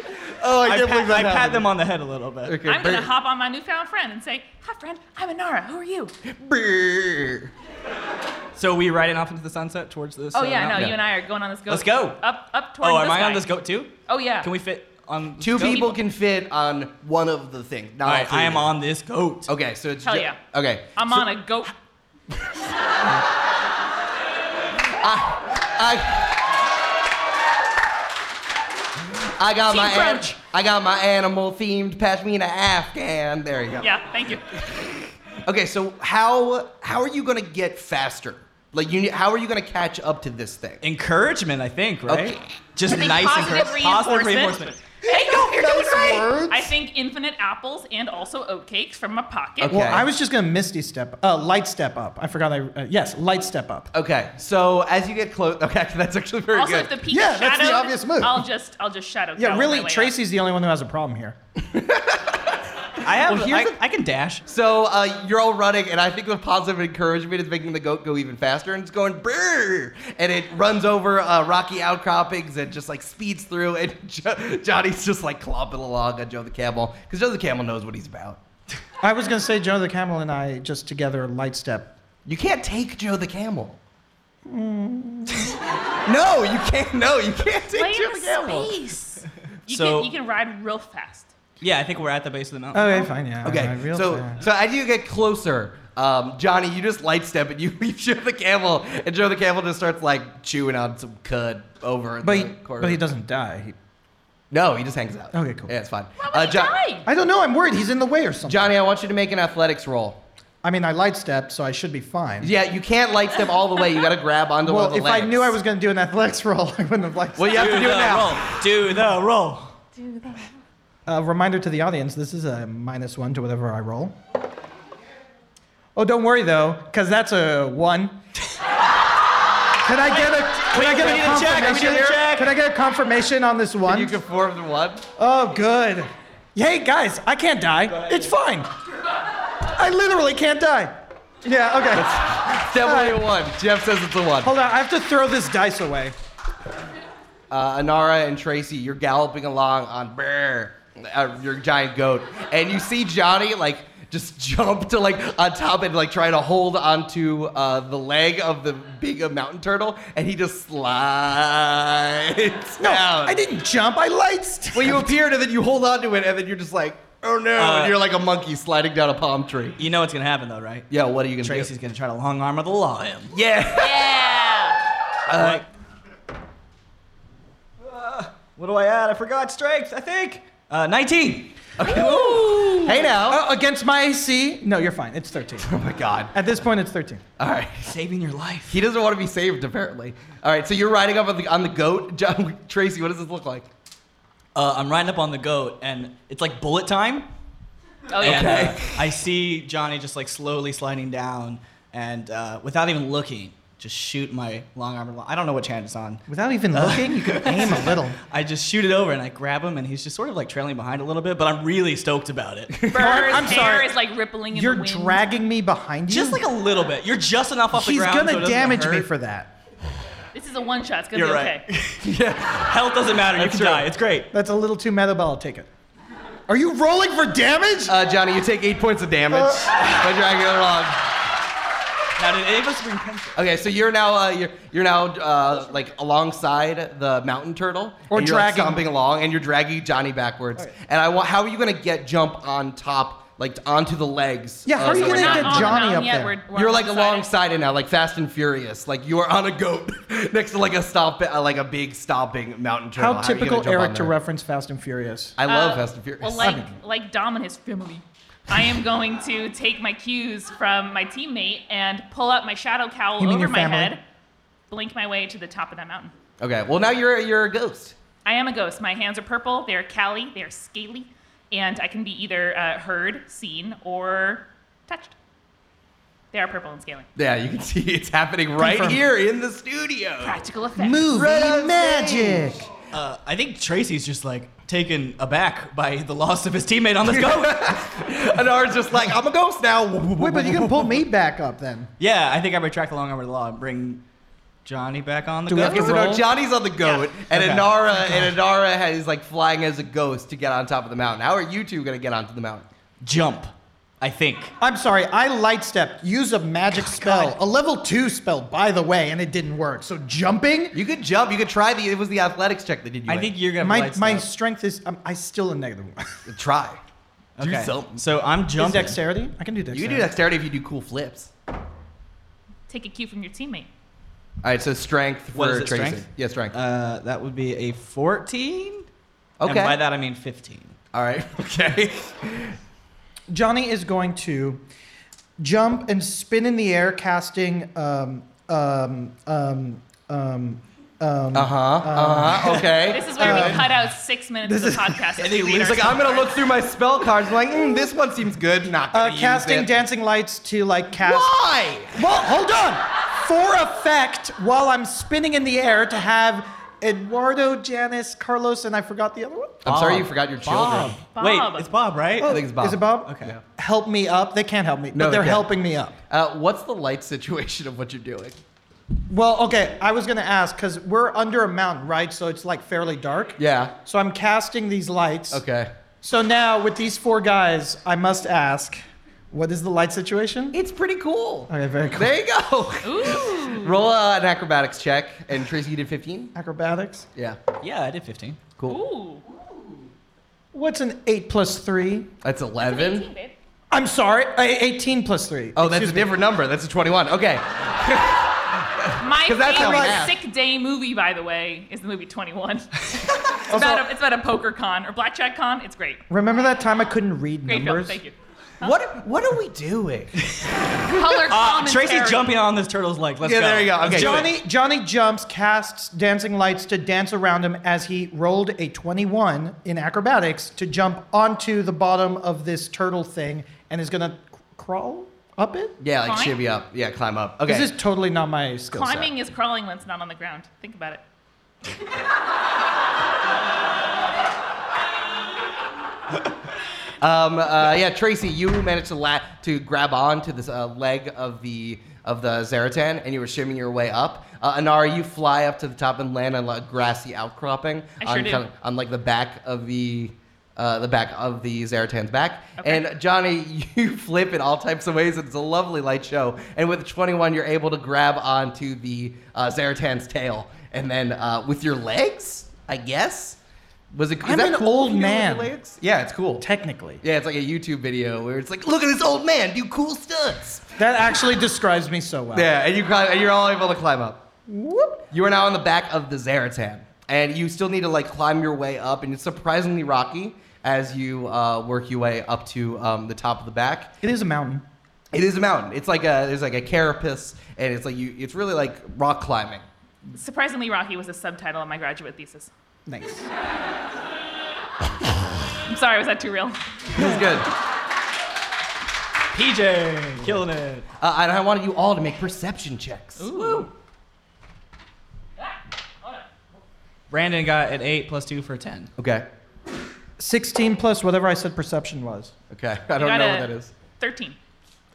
Speaker 1: oh, I,
Speaker 2: I,
Speaker 1: can't
Speaker 2: pat,
Speaker 1: believe that
Speaker 2: I pat
Speaker 1: happened.
Speaker 2: them on the head a little bit.
Speaker 1: Okay,
Speaker 3: I'm gonna
Speaker 1: brr.
Speaker 3: hop on my newfound friend and say, "Hi, friend. I'm Anara. Who are you?"
Speaker 1: Brr.
Speaker 2: So we riding off into the sunset towards this.
Speaker 3: Oh
Speaker 2: uh,
Speaker 3: yeah, no,
Speaker 2: mountain?
Speaker 3: you and I are going on this goat.
Speaker 2: Let's go.
Speaker 3: Up, up towards.
Speaker 2: Oh, am
Speaker 3: this
Speaker 2: I
Speaker 3: guy.
Speaker 2: on this goat too?
Speaker 3: Oh yeah.
Speaker 2: Can we fit on this
Speaker 1: Two
Speaker 2: goat?
Speaker 1: people can fit on one of the things. Not
Speaker 2: All
Speaker 1: all
Speaker 2: right,
Speaker 1: three
Speaker 2: I am
Speaker 1: of
Speaker 2: on this goat.
Speaker 1: them. Okay, so it's
Speaker 3: Hell
Speaker 1: ju-
Speaker 3: yeah.
Speaker 1: Okay,
Speaker 3: I'm on a goat.
Speaker 1: I. I got
Speaker 3: Team
Speaker 1: my an-
Speaker 3: Crunch.
Speaker 1: I got my animal themed pashmina afghan. There you go.
Speaker 3: Yeah. Thank you.
Speaker 1: Okay, so how how are you gonna get faster? Like you, ne- how are you gonna catch up to this thing?
Speaker 2: Encouragement, I think, right?
Speaker 1: Okay.
Speaker 2: Just
Speaker 3: I think
Speaker 2: nice
Speaker 3: positive
Speaker 2: encouragement. Positive
Speaker 3: reinforcement.
Speaker 2: reinforcement.
Speaker 3: Hey, goat, you're doing
Speaker 4: Nice
Speaker 3: great.
Speaker 4: words.
Speaker 3: I think infinite apples and also oatcakes from my pocket.
Speaker 1: Okay.
Speaker 4: Well, I was just gonna misty step, uh, light step up. I forgot. I uh, yes, light step up.
Speaker 1: Okay, so as you get close, okay, that's actually very
Speaker 3: Also,
Speaker 1: good.
Speaker 3: if the peak
Speaker 4: Yeah,
Speaker 3: is
Speaker 4: that's the
Speaker 3: shadowed,
Speaker 4: obvious move.
Speaker 3: I'll just, I'll just shadow.
Speaker 4: Yeah,
Speaker 3: cow
Speaker 4: really,
Speaker 3: my way
Speaker 4: Tracy's the only one who has a problem here.
Speaker 2: I have.
Speaker 1: Well,
Speaker 2: I
Speaker 1: here's a-
Speaker 2: I can dash.
Speaker 1: So uh, you're all running, and I think the positive encouragement is making the goat go even faster, and it's going brrr, and it runs over uh, rocky outcroppings and just like speeds through, and jo- Johnny's just like clomping along on Joe the camel because Joe the camel knows what he's about.
Speaker 4: I was gonna say Joe the camel and I just together light step.
Speaker 1: You can't take Joe the camel. no, you can't. No, you can't take
Speaker 3: Up. Play
Speaker 1: Joe the
Speaker 3: in
Speaker 1: camel.
Speaker 3: space. You
Speaker 2: So-
Speaker 3: can, you can ride real fast.
Speaker 2: Yeah, I think we're at the base of the mountain.
Speaker 1: Uh,
Speaker 4: Okay, fine, yeah.
Speaker 1: Okay,
Speaker 4: I real
Speaker 1: so
Speaker 4: fast.
Speaker 1: so as you get closer, um, Johnny, you just light step and you leave Joe the camel, and Joe the camel just starts like chewing on some cud over. in
Speaker 4: but he,
Speaker 1: the corner.
Speaker 4: but he doesn't die. He,
Speaker 1: No, he just hangs out.
Speaker 4: Okay, cool.
Speaker 1: Yeah, it's fine. Uh,
Speaker 2: Uh,
Speaker 3: Why would he
Speaker 1: Jo-
Speaker 3: die?
Speaker 4: I don't know. I'm worried he's in the way or something.
Speaker 1: Johnny, I want you to make an athletics roll.
Speaker 4: I mean, I light step, so I should be fine.
Speaker 1: Yeah, you can't light step all the way. You got to grab onto one of
Speaker 4: Well,
Speaker 1: the
Speaker 4: if
Speaker 1: legs.
Speaker 4: I knew I was gonna do an athletics roll, I wouldn't have light.
Speaker 1: Well, you have to do it now.
Speaker 2: Do the roll.
Speaker 4: A reminder to the audience: this is a minus one to whatever I roll. Oh, don't worry though, because that's a one. can I get a? Can I get
Speaker 2: we
Speaker 4: a
Speaker 2: need to check, we need to
Speaker 4: confirmation?
Speaker 2: check.
Speaker 4: Can I get a confirmation on this one?
Speaker 1: You can form the one.
Speaker 4: oh, good. Hey guys, I can't die. It's fine. I literally can't die. Yeah. Okay.
Speaker 1: It's definitely a one. Jeff says it's a one.
Speaker 4: Hold on. I have to throw this dice away.
Speaker 1: uh, Anara and Tracy, you're galloping along on brr, uh, your giant goat, and you see Johnny like just jump to like on top and like try to hold onto uh, the leg of the big uh, mountain turtle, and he just slides
Speaker 4: No,
Speaker 1: down.
Speaker 4: I didn't jump. I light step.
Speaker 1: Well, you appeared, and then you hold onto it, and then you're just like, oh no,
Speaker 2: Uh,
Speaker 1: and you're like a monkey sliding down a palm tree.
Speaker 2: You know what's gonna happen though, right?
Speaker 1: Yeah, what are you gonna
Speaker 2: Tracy's
Speaker 1: do?
Speaker 2: gonna try to long arm of the law him.
Speaker 1: Yeah.
Speaker 3: Yeah.
Speaker 2: Like, uh, what do I add? I forgot strength. I think uh, 19.
Speaker 1: hey now.
Speaker 4: Uh, against my AC? No, you're fine. It's 13.
Speaker 1: Oh my god.
Speaker 4: At this point, it's 13.
Speaker 1: All right.
Speaker 2: Saving your life.
Speaker 1: He doesn't want to be saved, apparently. All right, so you're riding up on the, on the goat. John, Tracy, what does this look like?
Speaker 2: Uh, I'm riding up on the goat, and it's like bullet time.
Speaker 3: Oh yeah.
Speaker 2: And, uh, I see Johnny just like slowly sliding down, and uh, without even looking, just shoot my long arm. I don't know what hand it's on.
Speaker 4: Without even looking, you can aim a little.
Speaker 2: I just shoot it over and I grab him, and he's just sort of like trailing behind a little bit, but I'm really stoked about it.
Speaker 3: Burr's
Speaker 4: I'm
Speaker 3: hair
Speaker 4: sorry.
Speaker 3: is like rippling in
Speaker 4: You're
Speaker 3: the wind.
Speaker 4: dragging me behind you.
Speaker 2: just like a little bit. You're just enough off the
Speaker 4: He's
Speaker 2: ground. so it
Speaker 4: gonna
Speaker 2: doesn't
Speaker 4: damage me
Speaker 2: hurt.
Speaker 4: for that.
Speaker 3: This is a one shot. It's gonna
Speaker 2: You're
Speaker 3: be
Speaker 2: right.
Speaker 3: okay.
Speaker 2: Health doesn't matter. you can
Speaker 1: true.
Speaker 2: die. It's great.
Speaker 4: That's a little too meta, but I'll take it. Are you rolling for damage?
Speaker 1: Uh, Johnny, you take eight points of damage by dragging it along.
Speaker 2: Now, did any of us bring pencils?
Speaker 1: Okay, so you're now uh, you're you're now uh, like alongside the mountain turtle,
Speaker 4: Or
Speaker 1: and you're like,
Speaker 4: dragging-
Speaker 1: stomping along, and you're dragging Johnny backwards. And I want how are you gonna get jump on top like onto the legs?
Speaker 4: Yeah,
Speaker 1: of
Speaker 4: how are you
Speaker 1: the
Speaker 4: gonna
Speaker 1: ring?
Speaker 4: get
Speaker 3: Not on the
Speaker 4: Johnny
Speaker 3: mountain
Speaker 4: up
Speaker 3: yet,
Speaker 4: there.
Speaker 3: we're- we're
Speaker 1: You're like
Speaker 3: alongside it.
Speaker 1: alongside it now, like Fast and Furious. Like you are on a goat next to like a stomp, uh, like a big stomping mountain turtle.
Speaker 4: How
Speaker 1: are you gonna
Speaker 4: typical
Speaker 1: jump on
Speaker 4: Eric to
Speaker 1: there?
Speaker 4: reference Fast and Furious.
Speaker 1: I love
Speaker 3: Uh,
Speaker 1: Fast and Furious.
Speaker 3: Well,
Speaker 1: I mean,
Speaker 3: like like Dom and his family, I am going to take my cues from my teammate and pull up my shadow cowl
Speaker 4: You mean
Speaker 3: over
Speaker 4: your
Speaker 3: my
Speaker 4: family?
Speaker 3: head, blink my way to the top of that mountain.
Speaker 1: okay, well now you're you're a ghost.
Speaker 3: I am a ghost. My hands are purple. They are cally. They are scaly, and I can be either uh, heard, seen, or touched. They are purple and scaly.
Speaker 1: Yeah, you can see it's happening right
Speaker 4: Confirmed.
Speaker 1: here in the studio.
Speaker 3: Practical effect.
Speaker 4: Movie magic.
Speaker 2: Uh, I think Tracy's just like taken aback by the loss of his teammate on this go.
Speaker 1: and Ar's just like, I'm a ghost now.
Speaker 4: Wait, but you can pull me back up then.
Speaker 2: yeah, I think I retract the long arm of the law and bring Johnny back on the
Speaker 4: Do we
Speaker 2: go.
Speaker 4: have to
Speaker 1: Okay, so no,
Speaker 4: roll?
Speaker 1: Johnny's on the goat, and
Speaker 2: Okay.
Speaker 1: Inara and Inara has like flying as a ghost to get on top of the mountain. How are you two gonna get onto the mountain?
Speaker 2: Jump, I think.
Speaker 4: I'm sorry, I light stepped. Use a magic spell, a level two spell, by the way, and it didn't work. So jumping,
Speaker 1: You could jump. You could try the. It was the athletics check that did you.
Speaker 2: I
Speaker 1: in.
Speaker 2: think you're gonna
Speaker 4: my
Speaker 2: light
Speaker 4: my
Speaker 2: stuff.
Speaker 4: strength is um, I still a negative one.
Speaker 1: try. Do
Speaker 2: Okay.
Speaker 1: something.
Speaker 2: So I'm
Speaker 4: Is
Speaker 2: jumping.
Speaker 4: dexterity? I can do dexterity.
Speaker 1: You can do dexterity if you do cool flips.
Speaker 3: Take a cue from your teammate.
Speaker 1: All right, so strength for
Speaker 2: What is it,
Speaker 1: Tracy.
Speaker 2: strength?
Speaker 1: Yeah, strength.
Speaker 2: Uh, that would be a 14. And
Speaker 1: Okay.
Speaker 2: by that I mean 15.
Speaker 1: All right. Okay.
Speaker 4: Johnny is going to jump and spin in the air, casting um um um um um.
Speaker 1: Uh huh. Uh huh. Okay.
Speaker 3: This is where we cut out six minutes of the podcast.
Speaker 1: And he leaves like I'm gonna look through my spell cards. I'm like, mm, this one seems good. Not gonna
Speaker 4: Uh,
Speaker 1: use
Speaker 4: casting
Speaker 1: it.
Speaker 4: dancing lights to like cast.
Speaker 1: Why?
Speaker 4: Well, hold on. For effect, while I'm spinning in the air, to have Eduardo, Janice, Carlos, and I forgot the other one. Oh.
Speaker 1: I'm sorry you forgot your Uh, children.
Speaker 3: Bob.
Speaker 2: Wait, it's Bob, right?
Speaker 1: I think it's Bob.
Speaker 4: Is it Bob?
Speaker 2: Okay. Yeah.
Speaker 4: Help me up. They can't help me,
Speaker 1: No,
Speaker 4: but
Speaker 1: they
Speaker 4: they're
Speaker 1: can't.
Speaker 4: helping me up.
Speaker 1: Uh, what's the light situation of what you're doing?
Speaker 4: Well, okay. I was gonna ask because we're under a mountain, right? So it's like fairly dark.
Speaker 1: Yeah.
Speaker 4: So I'm casting these lights.
Speaker 1: Okay.
Speaker 4: So now with these four guys, I must ask, what is the light situation?
Speaker 1: It's pretty cool.
Speaker 4: Okay, very cool.
Speaker 1: There you go. Roll uh, an acrobatics check, and Tracy, you did 15.
Speaker 4: Acrobatics.
Speaker 1: Yeah.
Speaker 2: Yeah, I did 15.
Speaker 3: Ooh.
Speaker 4: What's an eight plus three?
Speaker 1: That's 11.
Speaker 3: 18, babe.
Speaker 4: I'm sorry, a- 18 plus three.
Speaker 1: Oh, that's a
Speaker 4: Excuse me.
Speaker 1: different number. That's a 21. Okay.
Speaker 3: My
Speaker 1: 'Cause that's how we
Speaker 3: favorite
Speaker 1: act.
Speaker 3: sick day movie, by the way, is the movie 21. it's, about a, it's about a poker con or blackjack con. It's great.
Speaker 4: Remember that time I couldn't read
Speaker 3: Great
Speaker 4: numbers?
Speaker 3: film. Thank you.
Speaker 1: What What are we doing?
Speaker 3: Color
Speaker 2: Uh,
Speaker 3: commentary.
Speaker 2: Tracy's jumping on this turtle's leg. Let's
Speaker 1: Yeah,
Speaker 2: go.
Speaker 1: there you go.
Speaker 2: Let's
Speaker 1: Okay.
Speaker 2: do it.
Speaker 4: Johnny Johnny jumps, casts dancing lights to dance around him as he rolled a 21 in acrobatics to jump onto the bottom of this turtle thing and is gonna c- crawl up it.
Speaker 1: Yeah, like
Speaker 3: Climb?
Speaker 1: shimmy up. Yeah, climb up. Okay.
Speaker 4: This is totally not my skill set.
Speaker 3: Climbing is crawling when it's not on the ground. Think about it.
Speaker 1: um, uh, yeah, Tracy, you managed to la- to grab onto this uh, leg of the of the Zaratan, and you were shimming your way up. Uh, Anara, you fly up to the top and land on a grassy outcropping
Speaker 3: I
Speaker 1: on,
Speaker 3: sure do.
Speaker 1: on like the back of the. Uh, the back of the Zaratan's back.
Speaker 3: Okay.
Speaker 1: And Johnny, you flip in all types of ways. It's a lovely light show. And with 21, you're able to grab onto the uh, Zaratan's tail. And then uh, with your legs, I guess. Was it, is
Speaker 4: I'm
Speaker 1: that
Speaker 4: an
Speaker 1: cool
Speaker 4: old
Speaker 1: if you do it with
Speaker 4: man.
Speaker 1: legs? Yeah, it's cool.
Speaker 4: Technically,
Speaker 1: Yeah, it's like a YouTube video where it's like, look at this old man do cool stunts.
Speaker 4: that actually describes me so well.
Speaker 1: Yeah, and you climb, and you're all able to climb up.
Speaker 4: Whoop.
Speaker 1: You are now on the back of the Zaratan, and you still need to like climb your way up, and it's surprisingly rocky as you uh, work your way up to um, the top of the back.
Speaker 4: It is a mountain.
Speaker 1: It is a mountain. It's like a there's like a carapace, and it's like you. It's really like rock climbing.
Speaker 3: Surprisingly, Rocky was a subtitle on my graduate thesis.
Speaker 4: Nice.
Speaker 3: I'm sorry, was that too real?
Speaker 1: It was good.
Speaker 2: PJ, killing it.
Speaker 1: Uh, and I wanted you all to make perception checks.
Speaker 2: Ooh. Brandon got an 8 plus 2 for a 10.
Speaker 1: Okay.
Speaker 4: 16 plus whatever I said perception was.
Speaker 1: Okay. I don't
Speaker 3: got
Speaker 1: know what
Speaker 3: a-
Speaker 1: that is.
Speaker 3: 13.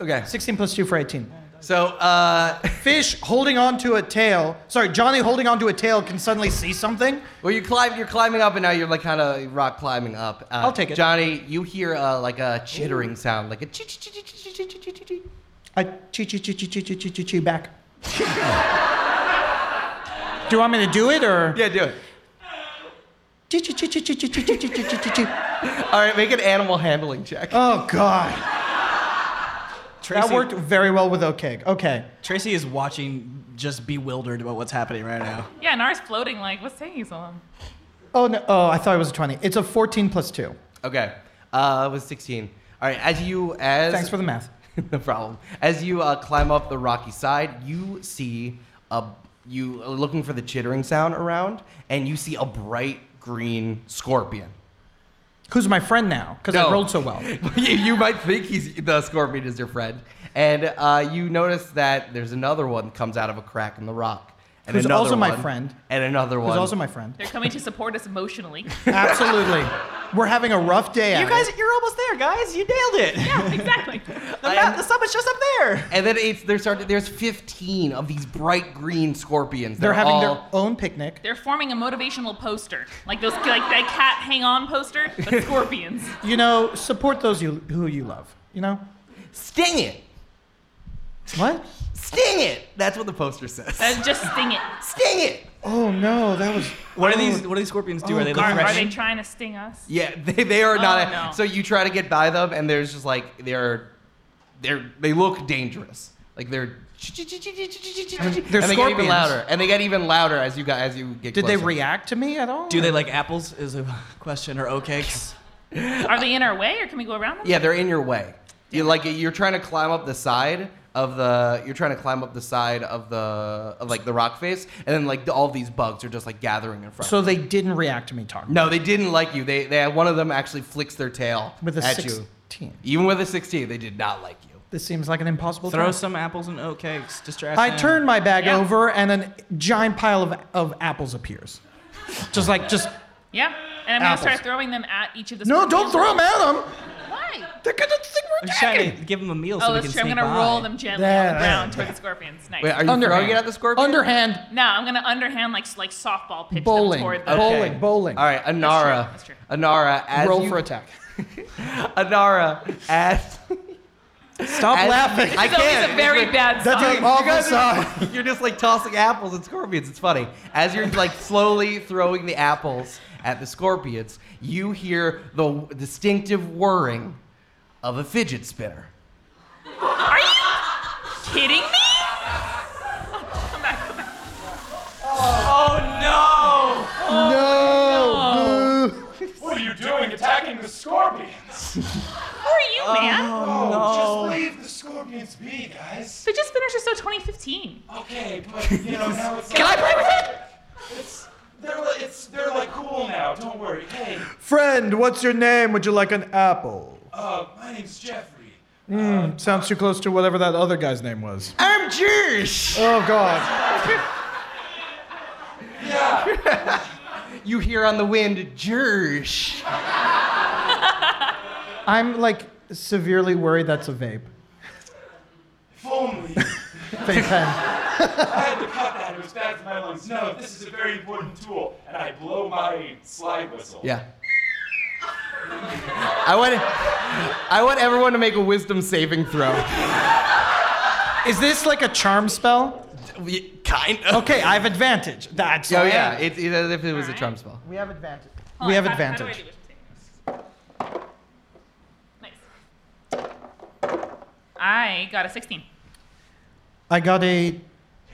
Speaker 1: Okay.
Speaker 4: 16 plus 2 for 18.
Speaker 1: So uh,
Speaker 4: Fish holding onto a tail. Sorry, Johnny holding onto a tail can suddenly see something.
Speaker 1: Well, you climb, you're climbing up, and now you're like kind of rock climbing up. Uh,
Speaker 4: I'll take it.
Speaker 1: Johnny, you hear uh, like a chittering sound, like a. chi- chi- chi- chi- chi- chi- chi- chi- chi- chi.
Speaker 4: I chew, chew, chew, chew, chew, chew, chew, chew, chew back. do you want me to do it or?
Speaker 1: Yeah, do it.
Speaker 4: Chew, chew, chew, chew, chew, chew, chew, chew, chew, chew, chew, chew.
Speaker 1: All right, make an animal handling check.
Speaker 4: Oh God,
Speaker 2: Tracy,
Speaker 4: that worked very well with Okeg. Okay,
Speaker 2: Tracy is watching, just bewildered about what's happening right now.
Speaker 3: Yeah, and ours floating like, what's taking you so long?
Speaker 4: Oh no! Oh, I thought it was a twenty. It's a fourteen plus two.
Speaker 1: Okay, uh, it was 16. All right, as you as
Speaker 4: Thanks for the math.
Speaker 1: no problem. As you uh, climb up the rocky side, you see a you are looking for the chittering sound around, and you see a bright green scorpion.
Speaker 4: Who's my friend now? Because
Speaker 1: No.
Speaker 4: I rolled so well.
Speaker 1: you you might think he's the scorpion is your friend, and uh, you notice that there's another one comes out of a crack in the rock, and
Speaker 4: Who's
Speaker 1: another
Speaker 4: also my
Speaker 1: one,
Speaker 4: friend.
Speaker 1: and another one.
Speaker 4: Who's also my friend.
Speaker 3: They're coming to support us emotionally.
Speaker 4: Absolutely. We're having a rough day. at
Speaker 2: You
Speaker 4: it.
Speaker 2: guys, you're almost there, guys. You nailed it.
Speaker 3: yeah, exactly.
Speaker 2: The, map, the summit's just up there.
Speaker 1: and then it's there's there's 15 of these bright green scorpions.
Speaker 4: they're
Speaker 1: that are
Speaker 4: having
Speaker 1: all-
Speaker 4: their own picnic.
Speaker 3: They're forming a motivational poster, like those, like that cat hang on poster, but scorpions.
Speaker 4: You know, support those you, who you love. You know?
Speaker 1: sting it,
Speaker 4: What?
Speaker 1: sting it. That's what the poster says.
Speaker 3: Uh, just sting it.
Speaker 1: sting it.
Speaker 4: Oh no, that was.
Speaker 2: What are these? What do these scorpions do? Oh. are they
Speaker 3: Are,
Speaker 2: like
Speaker 3: are they
Speaker 2: threatening?
Speaker 3: trying to sting us?
Speaker 1: Yeah, they, they are not.
Speaker 3: Oh, no.
Speaker 1: So you try to get by them, and there's just like they're they're they look dangerous. Like they're
Speaker 4: they're
Speaker 1: and they get even
Speaker 4: scorpions.
Speaker 1: louder, and they get even louder as you got as you get.
Speaker 4: Did they
Speaker 1: closer.
Speaker 4: react to me at all?
Speaker 2: Do they like apples? Is a question or oat cakes?
Speaker 3: Are they in our way, or can we go around them?
Speaker 1: Yeah, they're in your way. You like you're trying to climb up the side of the you're trying to climb up the side of the of like the rock face, and then like all these bugs are just like gathering in front.
Speaker 4: So they didn't react to me talking.
Speaker 1: no, they didn't like you. They they one of them actually flicks their tail
Speaker 4: With a
Speaker 1: at
Speaker 4: sixteen.
Speaker 1: you. Even with a sixteen, they did not like you.
Speaker 4: This seems like an impossible.
Speaker 2: Throw
Speaker 4: task.
Speaker 2: some apples and oat cakes. Distract.
Speaker 4: I
Speaker 2: them.
Speaker 4: turn my bag
Speaker 3: Yeah.
Speaker 4: over, and a giant pile of, of apples appears. Just like just.
Speaker 3: Yeah, and I'm
Speaker 4: Apples.
Speaker 3: gonna start throwing them at each of the.
Speaker 4: No, don't
Speaker 3: scorpions.
Speaker 4: throw them at them.
Speaker 3: Why?
Speaker 4: They're gonna think we're
Speaker 2: I'm just trying
Speaker 4: attacking.
Speaker 2: to give them a meal
Speaker 3: Oh,
Speaker 2: so we
Speaker 3: that's
Speaker 2: can
Speaker 3: true. I'm
Speaker 2: sneak
Speaker 3: gonna
Speaker 2: by.
Speaker 3: roll them gently
Speaker 4: Yeah,
Speaker 3: on the
Speaker 4: yeah,
Speaker 3: ground
Speaker 4: yeah.
Speaker 3: throwing toward the scorpions. Nice.
Speaker 1: Wait, are you throwing it at the scorpion?
Speaker 4: Underhand
Speaker 3: no, I'm gonna underhand like like softball pitch
Speaker 4: bowling,
Speaker 3: them toward the.
Speaker 4: bowling, bowling.
Speaker 1: All right, Anara.
Speaker 3: That's true,
Speaker 1: Anara, as
Speaker 4: Roll
Speaker 1: you,
Speaker 4: for attack.
Speaker 1: Anara, as
Speaker 4: Stop
Speaker 1: as-
Speaker 4: laughing.
Speaker 1: I
Speaker 3: It's always
Speaker 1: can't.
Speaker 3: a very bad
Speaker 4: That's
Speaker 3: sign.
Speaker 4: an awful sign.
Speaker 1: You're just like tossing apples at scorpions. It's funny. As you're like slowly throwing the apples at the scorpions, you hear the distinctive whirring of a fidget spinner.
Speaker 3: Are you kidding me? Come back, come back.
Speaker 2: Oh
Speaker 7: What are you doing attacking the scorpions?
Speaker 3: Who are you, man?
Speaker 7: Oh, just leave the scorpions be, guys.
Speaker 3: Fidget spinners are so 2015.
Speaker 7: Okay, but you know now it's. Can I play with it? It's they're like it's they're like cool now. Don't worry. Hey,
Speaker 4: Friend, what's your name? Would you like an apple?
Speaker 7: uh, my name's Jeffrey.
Speaker 4: Sounds too close to whatever that other guy's name was.
Speaker 1: I'm Jewish.
Speaker 4: Oh God.
Speaker 1: You hear on the wind, Jewish.
Speaker 4: I'm like severely worried that's a vape.
Speaker 7: If only
Speaker 4: Vape pen.
Speaker 7: I had to cut that. It was bad for my lungs. No, this is a very important tool, and I blow my slide whistle.
Speaker 1: Yeah. I want, I want everyone to make a wisdom saving throw.
Speaker 4: Is this like a charm spell?
Speaker 1: Kind of.
Speaker 4: Okay, I have advantage. That's
Speaker 1: Oh
Speaker 4: all.
Speaker 1: yeah, it's it's as if it was a
Speaker 3: Alright.
Speaker 1: Trump spell.
Speaker 4: We have advantage.
Speaker 3: Hold
Speaker 4: We
Speaker 3: on, Oh,
Speaker 4: have
Speaker 3: how- how do I
Speaker 4: advantage.
Speaker 3: do this? Nice. I got a 16.
Speaker 4: I got a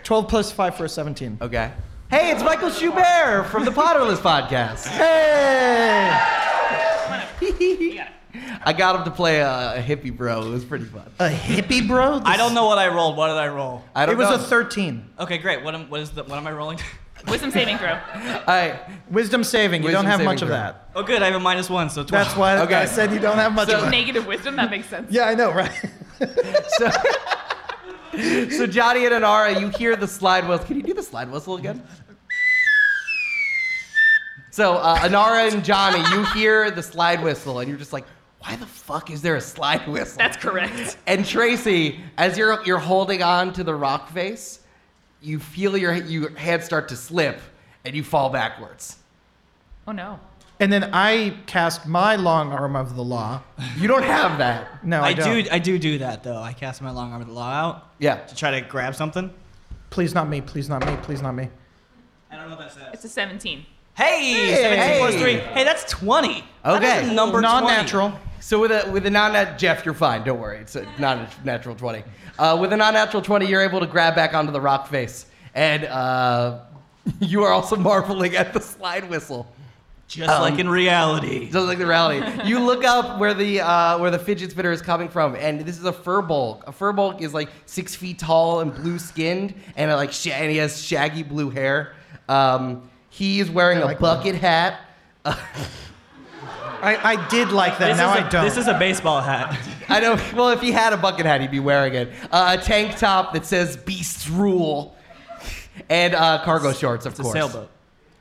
Speaker 4: 12 plus 5 for a 17.
Speaker 1: Okay. Hey, it's Michael Schubert from the Potterless podcast.
Speaker 4: Hey!
Speaker 3: You got it.
Speaker 1: I got him to play a, a hippie bro. It was pretty fun.
Speaker 4: A hippie bro?
Speaker 2: no! I don't know what I rolled. What did I roll?
Speaker 1: I don't
Speaker 4: it was
Speaker 1: know.
Speaker 4: a 13.
Speaker 2: Okay, great. What am what is the what am I rolling?
Speaker 3: Wisdom saving throw.
Speaker 1: Alright,
Speaker 4: Wisdom saving. You
Speaker 1: Wisdom
Speaker 4: don't have
Speaker 1: saving
Speaker 4: much of
Speaker 1: throw.
Speaker 4: that.
Speaker 2: oh, good. I have a minus one, so twelve.
Speaker 4: That's why
Speaker 1: Okay.
Speaker 4: I said you don't have much
Speaker 1: So-
Speaker 4: of that.
Speaker 3: Negative wisdom, that makes sense.
Speaker 4: Yeah, I know, right?
Speaker 1: so, so Johnny and Anara, you hear the slide whistle. Can you do the slide whistle again? So uh, Anara and Johnny, you hear the slide whistle, and you're just like, why the fuck is there a slide whistle?
Speaker 3: That's correct.
Speaker 1: And Tracy, as you're you're holding on to the rock face, you feel your your hand start to slip, and you fall backwards.
Speaker 3: Oh no.
Speaker 4: And then I cast my long arm of the law.
Speaker 1: You don't have that.
Speaker 4: No, I,
Speaker 2: I
Speaker 4: don't.
Speaker 2: do I do do that though. I cast my long arm of the law out
Speaker 1: Yeah.
Speaker 2: to try to grab something.
Speaker 4: Please not me. Please not me. Please not me.
Speaker 2: I don't know what that says.
Speaker 3: It's a 17.
Speaker 2: Hey, 17 plus three. Hey, that's 20. That is
Speaker 1: Okay.
Speaker 2: a number 20.
Speaker 4: Non-natural.
Speaker 1: So with a with a non Jeff, you're fine. Don't worry. It's a not natural twenty. Uh, with a non natural twenty, you're able to grab back onto the rock face, and uh, you are also marveling at the slide whistle,
Speaker 2: Just like in reality.
Speaker 1: just like the rally. You look up where the uh, where the fidget spinner is coming from, and this is a furball. A furball is like six feet tall and blue skinned, and uh, like sh- and he has shaggy blue hair. Um, he is wearing a bucket hat.
Speaker 4: I, I did like that.
Speaker 2: This
Speaker 4: now
Speaker 2: is
Speaker 4: I
Speaker 2: a-
Speaker 4: don't.
Speaker 2: This is a baseball hat.
Speaker 1: I know. Well, if he had a bucket hat, he'd be wearing it. Uh, a tank top that says "Beasts Rule," and uh, cargo shorts, of
Speaker 2: It's a
Speaker 1: course.
Speaker 2: sailboat.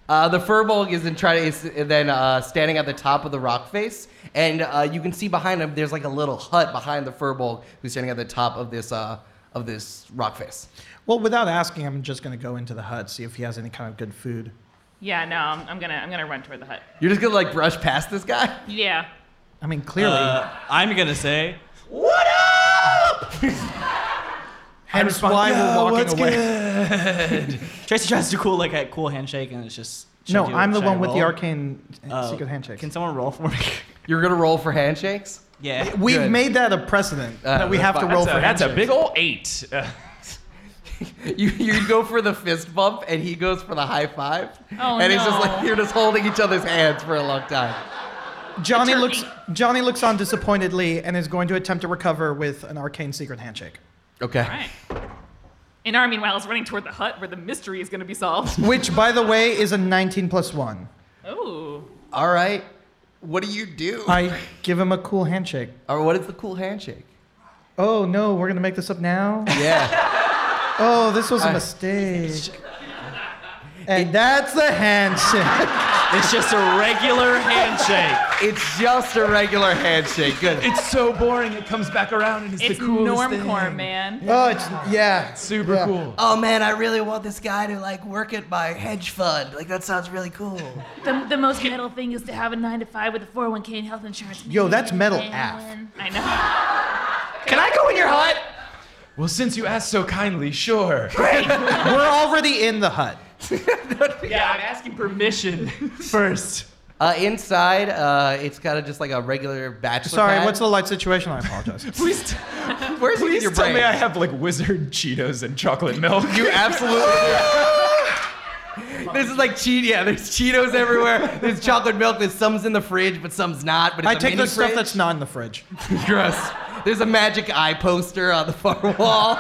Speaker 1: Uh, the furball is in trying is then uh, standing at the top of the rock face, and uh, you can see behind him. There's like a little hut behind the furball who's standing at the top of this uh, of this rock face.
Speaker 4: well, without asking, I'm just gonna go into the hut see if he has any kind of good food.
Speaker 3: Yeah, no, I'm, I'm gonna I'm gonna run toward the hut.
Speaker 1: You're just gonna like brush past this guy.
Speaker 3: Yeah.
Speaker 4: I mean, clearly,
Speaker 2: Uh, I'm gonna say
Speaker 1: What up?
Speaker 4: hence why
Speaker 2: "Yeah,
Speaker 4: we're
Speaker 2: what's
Speaker 4: walking away.
Speaker 2: Tracy tries to do cool like a cool handshake, and it's just. should
Speaker 4: No,
Speaker 2: I do-
Speaker 4: I'm the
Speaker 2: should I
Speaker 4: one with the
Speaker 2: roll?
Speaker 4: arcane
Speaker 2: Oh,
Speaker 4: secret handshake.
Speaker 2: Can someone roll for me?
Speaker 1: You're gonna roll for handshakes.
Speaker 2: yeah.
Speaker 4: We've
Speaker 1: Good.
Speaker 4: made that a precedent
Speaker 1: Uh,
Speaker 4: that we
Speaker 1: that's
Speaker 4: have to
Speaker 1: fine.
Speaker 4: roll
Speaker 7: That's,
Speaker 4: for.
Speaker 7: a, that's a
Speaker 4: handshakes.
Speaker 7: big old eight. Uh,
Speaker 1: You you go for the fist bump and he goes for the high five.
Speaker 3: Oh,
Speaker 1: and it's just
Speaker 3: no.
Speaker 1: like you're just holding each other's hands for a long time.
Speaker 3: It's
Speaker 4: Johnny
Speaker 3: your
Speaker 4: looks Johnny looks on disappointedly and is going to attempt to recover with an arcane secret handshake.
Speaker 1: Okay.
Speaker 3: All right. And Armin, meanwhile, is running toward the hut where the mystery is gonna be solved.
Speaker 4: Which by the way is a 19 plus 1.
Speaker 3: Oh.
Speaker 1: All right. What do you do?
Speaker 4: I give him a cool handshake.
Speaker 1: or what is the cool handshake?
Speaker 4: Oh no, we're going to make this up now.
Speaker 1: Yeah.
Speaker 4: Oh, this was a
Speaker 1: I-
Speaker 4: mistake. And that's the handshake.
Speaker 7: it's just a regular handshake.
Speaker 1: it's just a regular handshake. Good.
Speaker 7: It's so boring. It comes back around and it's,
Speaker 3: It's
Speaker 7: the coolest thing.
Speaker 3: normcore, man.
Speaker 4: Oh, it's yeah.
Speaker 7: Super
Speaker 4: Yeah.
Speaker 7: cool.
Speaker 1: Oh man, I really want this guy to like work at my hedge fund. Like that sounds really cool.
Speaker 3: The, the most metal thing is to have a nine to five with a 401k and health insurance.
Speaker 4: Yo, that's metal
Speaker 3: Man,
Speaker 4: AF.
Speaker 3: I know.
Speaker 1: Can I go in your hut?
Speaker 7: Well, since you asked so kindly, sure.
Speaker 4: We're already in the hut.
Speaker 7: Yeah, I'm asking permission first.
Speaker 1: Uh, inside, uh, it's kind of just like a regular bachelor.
Speaker 4: Sorry,
Speaker 1: pad.
Speaker 4: what's the light situation? I apologize.
Speaker 7: Please, t-
Speaker 1: Where's it in
Speaker 7: please
Speaker 1: your
Speaker 7: tell
Speaker 1: brain?
Speaker 7: me I have like wizard Cheetos and chocolate milk.
Speaker 1: You absolutely do. This is like cheat. Yeah, there's Cheetos everywhere. There's chocolate milk. There's some's in the fridge, but some's not. But it's
Speaker 4: I
Speaker 1: a
Speaker 4: take
Speaker 1: mini
Speaker 4: the stuff
Speaker 1: fridge.
Speaker 4: that's not in the fridge.
Speaker 1: Gross. There's a magic eye poster on the far wall.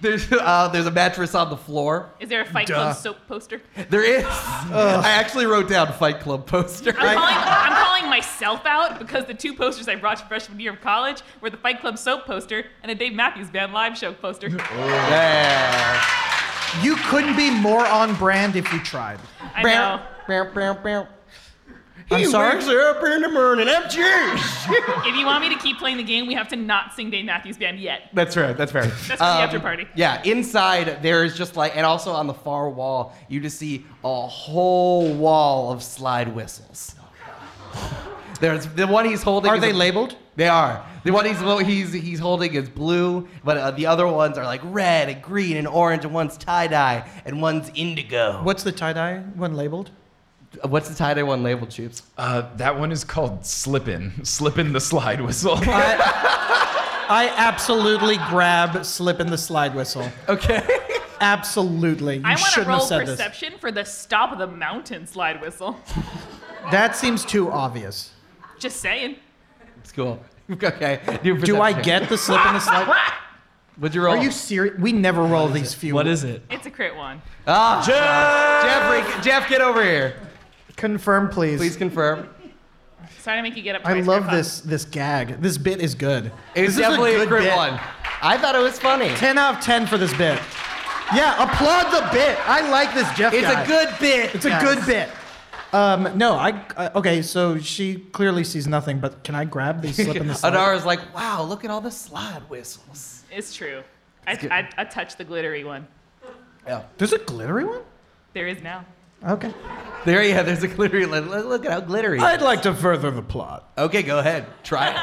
Speaker 1: There's uh, there's a mattress on the floor.
Speaker 3: Is there a Fight
Speaker 4: Duh.
Speaker 3: Club soap poster?
Speaker 1: There is. I actually wrote down Fight Club poster.
Speaker 3: I'm, calling, I'm calling myself out because the two posters I brought freshman year of college were the Fight Club soap poster and a Dave Matthews Band live show poster.
Speaker 1: Yeah.
Speaker 4: You couldn't be more on brand if you tried.
Speaker 3: I know.
Speaker 1: Bow, bow, bow, bow.
Speaker 4: I'm
Speaker 1: He
Speaker 4: sorry?
Speaker 1: wakes up in the morning. I'm juiced.
Speaker 3: If you want me to keep playing the game, we have to not sing Dave Matthews Band yet.
Speaker 1: That's right. That's fair.
Speaker 3: That's for the after
Speaker 4: Um,
Speaker 3: party.
Speaker 1: Yeah, inside there is just like, and also on the far wall, you just see a whole wall of slide whistles. There's the one he's holding.
Speaker 4: Are
Speaker 1: is
Speaker 4: they
Speaker 1: a-
Speaker 4: labeled?
Speaker 1: They are. The one he's he's he's holding is blue, but uh, the other ones are like red and green and orange, and one's tie dye and one's indigo.
Speaker 4: What's the tie dye one labeled?
Speaker 1: Uh, What's the tie dye one labeled, Choops?
Speaker 7: Uh, that one is called Slippin'. Slippin' the slide whistle.
Speaker 4: I absolutely grab slip in the slide whistle.
Speaker 1: Okay.
Speaker 4: Absolutely. You
Speaker 3: I want to
Speaker 4: shouldn't have
Speaker 3: roll
Speaker 4: said
Speaker 3: perception for the stop of the mountain slide whistle.
Speaker 4: this. That seems too obvious.
Speaker 3: Just saying.
Speaker 1: it's cool. Okay. Do,
Speaker 4: Do I
Speaker 1: perception.
Speaker 4: get the slip in the slide?
Speaker 1: What'd you roll?
Speaker 4: Are you serious? We never roll these few.
Speaker 2: What is it?
Speaker 3: It's a crit one.
Speaker 1: Ah, Jeffrey, Jeff, get over here.
Speaker 4: Confirm, please.
Speaker 1: Please confirm.
Speaker 3: Sorry to make you get up.
Speaker 4: I
Speaker 3: twice,
Speaker 4: love
Speaker 3: Grandpa.
Speaker 4: this this gag. This bit is good.
Speaker 1: It was
Speaker 4: This is
Speaker 1: definitely a,
Speaker 4: good
Speaker 1: crit
Speaker 4: bit.
Speaker 1: one. I thought it was funny.
Speaker 4: Ten out of ten for this bit. Yeah, applaud the bit. I like this Jeff
Speaker 1: It's
Speaker 4: guy.
Speaker 1: a good bit.
Speaker 4: It's a good bit. Um, no, I uh, okay. So she clearly sees nothing, but can I grab the slip in the slide?
Speaker 1: Adara's like, wow, look at all the slide whistles.
Speaker 3: It's true. I, I, I touched the glittery one.
Speaker 4: There's a glittery one.
Speaker 3: There is now.
Speaker 4: Okay.
Speaker 1: There, yeah, there's a glittery. Look, look at how glittery.
Speaker 4: I'd like to further the plot.
Speaker 1: Okay, go ahead. Try it.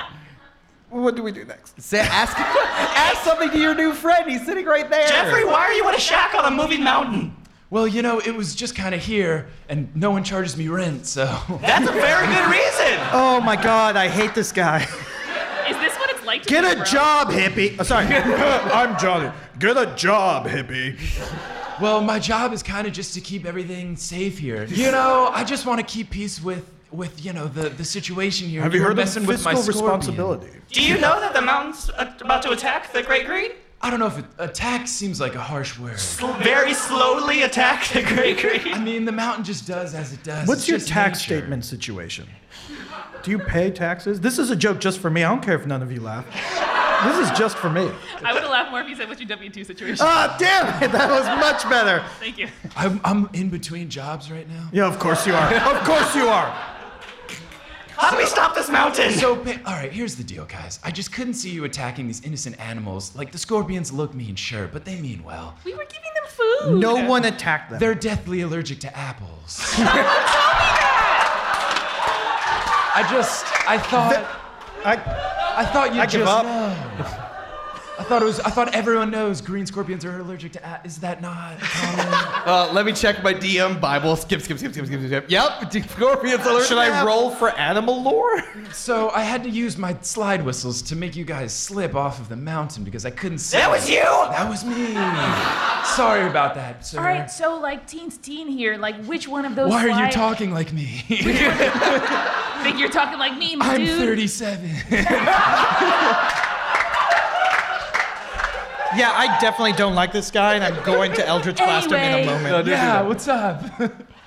Speaker 4: What do we do next?
Speaker 1: Say, ask, ask something to your new friend. He's sitting right there.
Speaker 2: Jeffrey, why are you in a shack on a moving mountain?
Speaker 7: Well, you know, it was just kind of here, and no one charges me rent, so.
Speaker 2: That's a very good reason.
Speaker 4: Oh my god, I hate this guy.
Speaker 3: Is this what it's like to
Speaker 4: Get
Speaker 3: be
Speaker 4: a
Speaker 3: bro?
Speaker 4: job, hippie. Oh, sorry.
Speaker 6: I'm Johnny. Get a job, hippie.
Speaker 7: Well, my job is kind of just to keep everything safe here. You know, I just want to keep peace with with you know the the situation here.
Speaker 6: Have you
Speaker 7: were
Speaker 6: heard of
Speaker 7: messing
Speaker 6: fiscal
Speaker 7: with my scorpion.
Speaker 6: responsibility?
Speaker 2: Do you know that the mountain's a- about to attack the Great Green?
Speaker 7: I don't know if it, attack seems like a harsh word.
Speaker 2: Very slowly attack the Great
Speaker 7: I
Speaker 2: Green.
Speaker 7: mean, the mountain just does as it does.
Speaker 4: What's
Speaker 7: It's
Speaker 4: your
Speaker 7: just
Speaker 4: tax
Speaker 7: nature.
Speaker 4: statement situation? Do you pay taxes? This is a joke just for me. I don't care if none of you laugh. This is just for me.
Speaker 3: I would have laughed more if you said what's your W two situation.
Speaker 4: Ah, damn it! That was much better.
Speaker 3: Thank you.
Speaker 7: I'm, I'm in between jobs right now.
Speaker 4: Yeah, of course you are. Of course you are.
Speaker 2: How do we stop this mountain?
Speaker 7: So, pa- all right, here's the deal, guys. I just couldn't see you attacking these innocent animals. Like the scorpions look mean, sure, but they mean well.
Speaker 3: We were giving them food.
Speaker 4: No one attacked them.
Speaker 7: They're deathly allergic to apples. I just, I thought,
Speaker 4: I,
Speaker 7: I thought you
Speaker 4: I
Speaker 7: just
Speaker 4: give up.
Speaker 7: know. I thought it was, I thought everyone knows green scorpions are allergic to. A- is that not common?
Speaker 1: Uh, let me check my DM Bible. Skip, skip, skip, skip, skip, skip. Yep, scorpions alert.
Speaker 4: should I roll for animal lore?
Speaker 7: so I had to use my slide whistles to make you guys slip off of the mountain because I couldn't see.
Speaker 2: that was you.
Speaker 7: That was me. Sorry about that, sir.
Speaker 3: All right, so like teens teen here, like which one of those?
Speaker 7: Why are you
Speaker 3: slides-
Speaker 7: talking like me?
Speaker 3: I think you're talking like me, my
Speaker 7: I'm
Speaker 3: dude.
Speaker 7: 37.
Speaker 4: Yeah, I definitely don't like this guy, and I'm going to Eldritch Blast him in a
Speaker 3: Anyway.
Speaker 4: moment.
Speaker 7: yeah, what's up?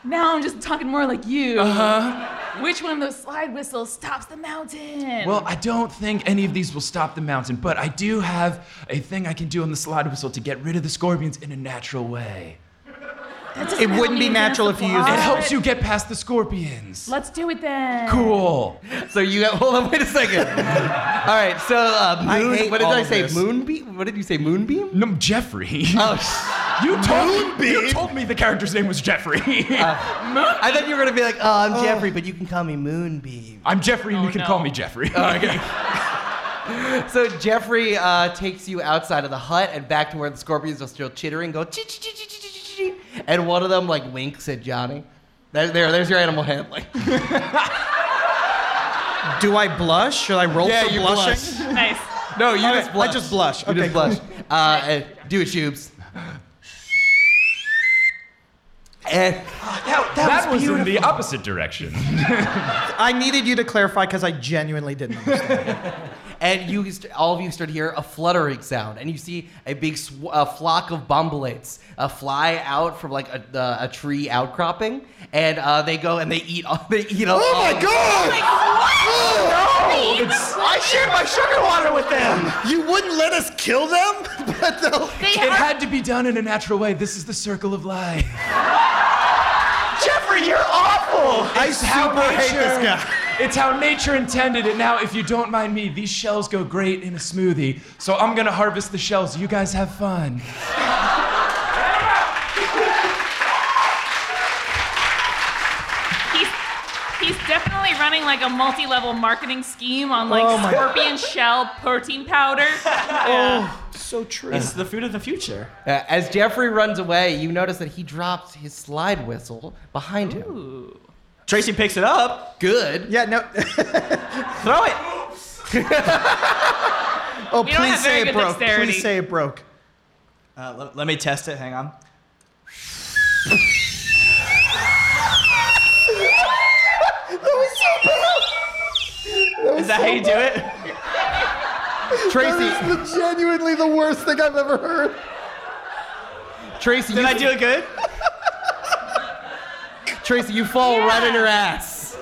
Speaker 3: Now I'm just talking more like you. Uh
Speaker 7: Uh-huh.
Speaker 3: huh. Which one of those slide whistles stops the mountain?
Speaker 7: Well, I don't think any of these will stop the mountain, but I do have a thing I can do on the slide whistle to get rid of the scorpions in a natural way.
Speaker 4: It wouldn't be natural if you used
Speaker 7: It helps you get past the scorpions.
Speaker 3: Let's do it then.
Speaker 7: Cool.
Speaker 1: So you got. Hold on. Wait a second. all right. So uh,
Speaker 4: I
Speaker 1: moon.
Speaker 4: hate
Speaker 1: What did
Speaker 4: all
Speaker 1: I
Speaker 4: of
Speaker 1: say?
Speaker 4: this.
Speaker 1: Moonbeam. What did you say? Moonbeam.
Speaker 7: No, Jeffrey.
Speaker 1: Oh,
Speaker 4: Uh,
Speaker 1: sh-
Speaker 7: you told me. You told me the character's name was Jeffrey.
Speaker 4: Uh,
Speaker 1: I thought you were gonna be like, oh, I'm Jeffrey, but you can call me Moonbeam.
Speaker 7: I'm Jeffrey, and
Speaker 3: Oh,
Speaker 7: you can
Speaker 3: no.
Speaker 7: call me Jeffrey.
Speaker 4: Oh,
Speaker 1: So Jeffrey uh, takes you outside of the hut and back to where the scorpions are still chittering, go chee chee chee chee chee chee chee, chee. and one of them like winks at Johnny. There, there, there's your animal handling.
Speaker 4: Do I blush? Should I roll for blushing?
Speaker 3: Nice.
Speaker 1: No, you
Speaker 4: just blush. You
Speaker 1: You
Speaker 4: just
Speaker 1: just blush. Uh, and do it, Shubes. And
Speaker 2: That, that,
Speaker 7: that
Speaker 2: was
Speaker 7: was in
Speaker 2: beautiful.
Speaker 7: the opposite direction.
Speaker 4: I needed you to clarify because I genuinely didn't understand.
Speaker 1: and you st- all of you start to hear a fluttering sound, and you see a big sw- a flock of bombulates uh, fly out from like a, uh, a tree outcropping, and uh, they go and they eat all they eat all. Oh my god!
Speaker 2: I shared my sugar water with them.
Speaker 4: You wouldn't let us kill them? But they'll.
Speaker 3: They
Speaker 7: It
Speaker 3: are-
Speaker 7: had to be done in a natural way. This is the circle of life.
Speaker 2: Jeffrey, you're awful.
Speaker 4: I super hate this guy.
Speaker 7: It's how nature intended it. Now, if you don't mind me, these shells go great in a smoothie. So I'm gonna harvest the shells. You guys have fun.
Speaker 3: He's, he's definitely running like a multi-level marketing scheme on like
Speaker 4: Oh my-
Speaker 3: scorpion shell protein powder.
Speaker 7: Oh.
Speaker 4: So true.
Speaker 2: It's the food of the future.
Speaker 1: Uh, as Jeffrey runs away, you notice that he drops his slide whistle behind him.
Speaker 3: Ooh.
Speaker 2: Tracy picks it up.
Speaker 1: Good.
Speaker 4: Yeah, no.
Speaker 2: Throw it.
Speaker 4: Oh,
Speaker 3: We don't
Speaker 4: please
Speaker 3: have very
Speaker 4: say it
Speaker 3: good
Speaker 4: broke.
Speaker 3: dexterity.
Speaker 4: Please say it broke.
Speaker 2: Uh, let, let me test it. Hang on. Is that how you do it?
Speaker 1: Tracy,
Speaker 4: genuinely the worst thing I've ever heard.
Speaker 1: Tracy,
Speaker 2: Did
Speaker 1: you,
Speaker 2: I do it good?
Speaker 1: Tracy, you fall
Speaker 3: Yeah.
Speaker 1: right in her ass.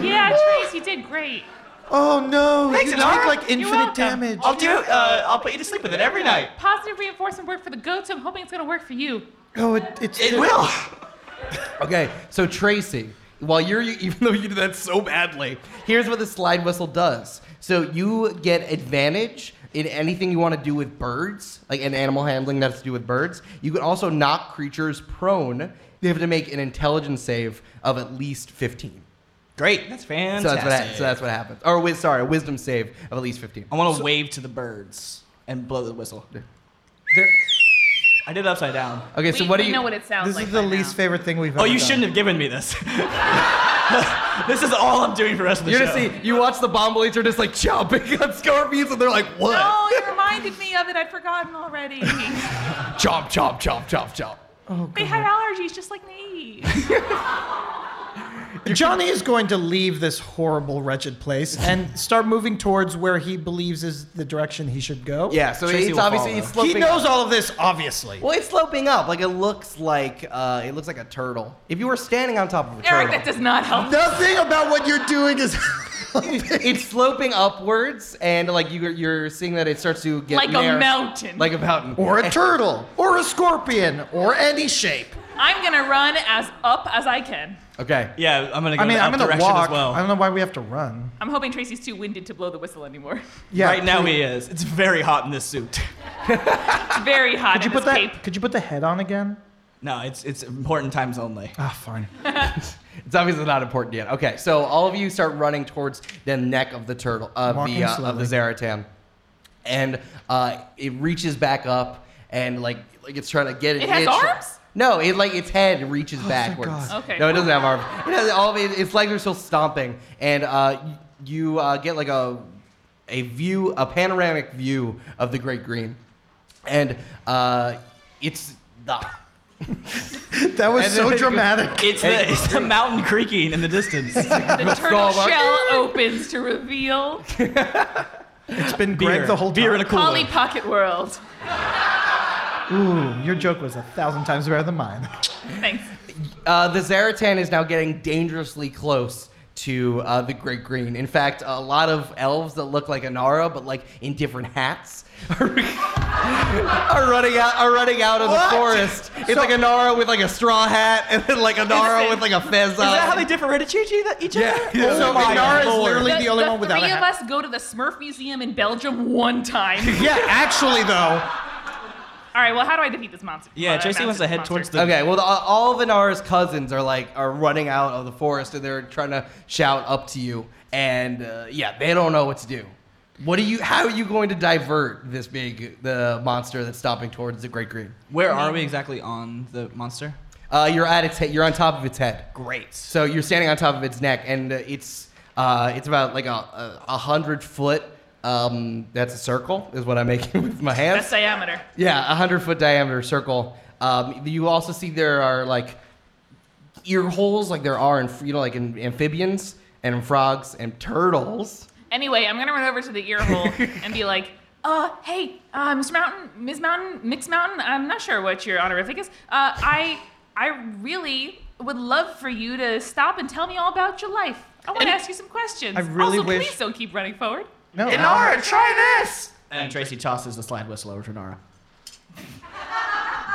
Speaker 3: Yeah, Trace, you did great.
Speaker 4: Oh no!
Speaker 2: Thanks,
Speaker 4: you
Speaker 2: Inara.
Speaker 4: take like
Speaker 3: You're
Speaker 4: infinite
Speaker 3: welcome.
Speaker 4: damage.
Speaker 2: I'll do. Uh, I'll put you to sleep with it every night.
Speaker 3: Positive reinforcement work for the goats. I'm hoping it's gonna work for you.
Speaker 4: Oh, it, it's
Speaker 2: It will.
Speaker 1: Okay, so Tracy, while you're even though you did that so badly, here's what the slide whistle does. So you get advantage in anything you want to do with birds, like in animal handling that has to do with birds. You can also knock creatures prone. they have to make an intelligence save of at least 15.
Speaker 2: Great. That's fantastic.
Speaker 1: So that's, what ha- so that's what happens. Or, wi- sorry, a wisdom save of at least 15.
Speaker 2: I want to wave to the birds and blow the whistle.
Speaker 6: There-
Speaker 2: I did it upside down.
Speaker 1: Okay,
Speaker 3: we,
Speaker 1: so what
Speaker 3: we
Speaker 1: do you.
Speaker 3: know what it sounds
Speaker 4: This
Speaker 3: like.
Speaker 4: is the
Speaker 3: by
Speaker 4: least
Speaker 3: now.
Speaker 4: favorite thing we've
Speaker 2: Oh,
Speaker 4: ever
Speaker 2: you
Speaker 4: done.
Speaker 2: shouldn't have given me this. this is all I'm doing for the rest of the
Speaker 1: You're
Speaker 2: show.
Speaker 1: gonna see. You watch the bomb blades are just like chomping on scorpions, and they're like, "What?
Speaker 3: Oh, you reminded me of it. I'd forgotten already.
Speaker 4: Oh,
Speaker 3: they
Speaker 1: Chomp, chomp, chomp, chomp, chomp."
Speaker 3: had allergies just like me.
Speaker 4: Johnny is going to leave this horrible, wretched place and start moving towards where he believes is the direction he should go.
Speaker 1: Yeah. So
Speaker 8: Tracy
Speaker 1: it's
Speaker 8: will
Speaker 1: obviously
Speaker 8: follow.
Speaker 1: it's
Speaker 4: He
Speaker 1: sloping.
Speaker 4: knows
Speaker 1: Up.
Speaker 4: all of this, obviously.
Speaker 1: Well, it's sloping up. Like it looks like uh, it looks like a turtle. If you were standing on top of a
Speaker 3: Eric, that
Speaker 1: turtle,
Speaker 3: does not help.
Speaker 4: Nothing about what you're doing is.
Speaker 1: it's sloping upwards, and like you're you're seeing that it starts to get
Speaker 3: Like a
Speaker 1: narrow-
Speaker 3: mountain.
Speaker 1: like a mountain, Eh,
Speaker 4: or a turtle, or a scorpion, or any shape.
Speaker 3: I'm gonna run as up as I can.
Speaker 1: Okay.
Speaker 2: Yeah, I'm gonna go
Speaker 4: I mean,
Speaker 2: in that
Speaker 4: I'm gonna
Speaker 2: direction
Speaker 4: walk.
Speaker 2: as well.
Speaker 4: I don't know why we have to run.
Speaker 3: I'm hoping Tracy's too winded to blow the whistle anymore.
Speaker 4: Yeah.
Speaker 2: right now he is. It's very hot in this suit.
Speaker 3: It's very hot
Speaker 4: Could
Speaker 3: in
Speaker 4: you put
Speaker 3: this
Speaker 4: that?
Speaker 3: cape.
Speaker 4: Could you put the head on again?
Speaker 2: No, it's it's important times only.
Speaker 4: Ah, fine.
Speaker 1: It's obviously not important yet. Okay, so all of you start running towards the neck of the turtle of
Speaker 4: Walking
Speaker 1: the uh, of the
Speaker 4: slowly.
Speaker 1: Zaratan, and uh, it reaches back up and like like it's trying to get an
Speaker 3: It has
Speaker 1: inch-
Speaker 3: arms?
Speaker 1: No, it like its head reaches backwards.
Speaker 4: Oh God.
Speaker 3: Okay.
Speaker 1: No, it doesn't have arms. It has all of it, its legs are still stomping, and uh, y- you uh, get like a a view, a panoramic view of the Great Green, and uh, it's the
Speaker 4: That
Speaker 1: And then
Speaker 4: was
Speaker 1: it
Speaker 4: so
Speaker 1: goes-
Speaker 4: dramatic.
Speaker 2: It's the, it's the mountain creaking in the distance.
Speaker 3: The turtle
Speaker 1: Skull.
Speaker 3: shell opens to reveal
Speaker 4: It's been Greg
Speaker 2: Beer.
Speaker 4: the whole
Speaker 2: Beer in
Speaker 4: time.
Speaker 2: a cooler.
Speaker 3: Polly Pocket World.
Speaker 4: Ooh, your joke was a thousand times better than mine.
Speaker 3: Thanks.
Speaker 1: Uh, the Zaratan is now getting dangerously close to uh, the Great Green. In fact, a lot of elves that look like Anara, but like in different hats, are, are running out are running out of
Speaker 4: What?
Speaker 1: the forest. It's like Anara with like a straw hat, and then like Anara
Speaker 3: Listen.
Speaker 1: with like a fez
Speaker 2: Is that how
Speaker 1: on.
Speaker 2: they differentiate each other? Each
Speaker 1: Yeah.
Speaker 2: other?
Speaker 1: Yeah.
Speaker 2: Oh
Speaker 4: So
Speaker 2: my
Speaker 4: Inara is
Speaker 2: lord.
Speaker 4: literally- Only the only one without
Speaker 3: three
Speaker 4: a
Speaker 3: of us go to the Smurf Museum in Belgium one time.
Speaker 4: Yeah, actually though,
Speaker 3: All right, well, how do I defeat this monster?
Speaker 2: Yeah,
Speaker 3: Uh,
Speaker 2: Tracy wants to
Speaker 3: mountain
Speaker 2: head
Speaker 3: monster.
Speaker 2: towards the.
Speaker 1: Okay, well, the, uh, all of Anara's cousins are like are running out of the forest, and they're trying to shout up to you. And uh, yeah, they don't know what to do. What are you? How are you going to divert this big the monster that's stomping towards the Great Green?
Speaker 2: Where are we exactly on the monster?
Speaker 1: Uh, you're at its head. You're on top of its head.
Speaker 2: Great.
Speaker 1: So you're standing on top of its neck, and uh, it's uh, it's about like a, a, a hundred foot. Um, that's a circle, is what I'm making with my hands.
Speaker 3: Best diameter.
Speaker 1: Yeah, a hundred foot diameter circle. Um, you also see there are like ear holes, like there are in you know like in amphibians and in frogs and turtles.
Speaker 3: Anyway, I'm gonna run over to the ear hole and be like, uh, hey, uh, Mr. Mountain, Ms. Mountain, Mix Mountain, I'm not sure what your honorific is. Uh, I, I really would love for you to stop and tell me all about your life. I want to ask you some questions.
Speaker 4: I really
Speaker 3: also,
Speaker 4: wish-
Speaker 3: please don't keep running forward.
Speaker 4: no.
Speaker 2: Inara, try this! And Tracy tosses the slide whistle over to Nara.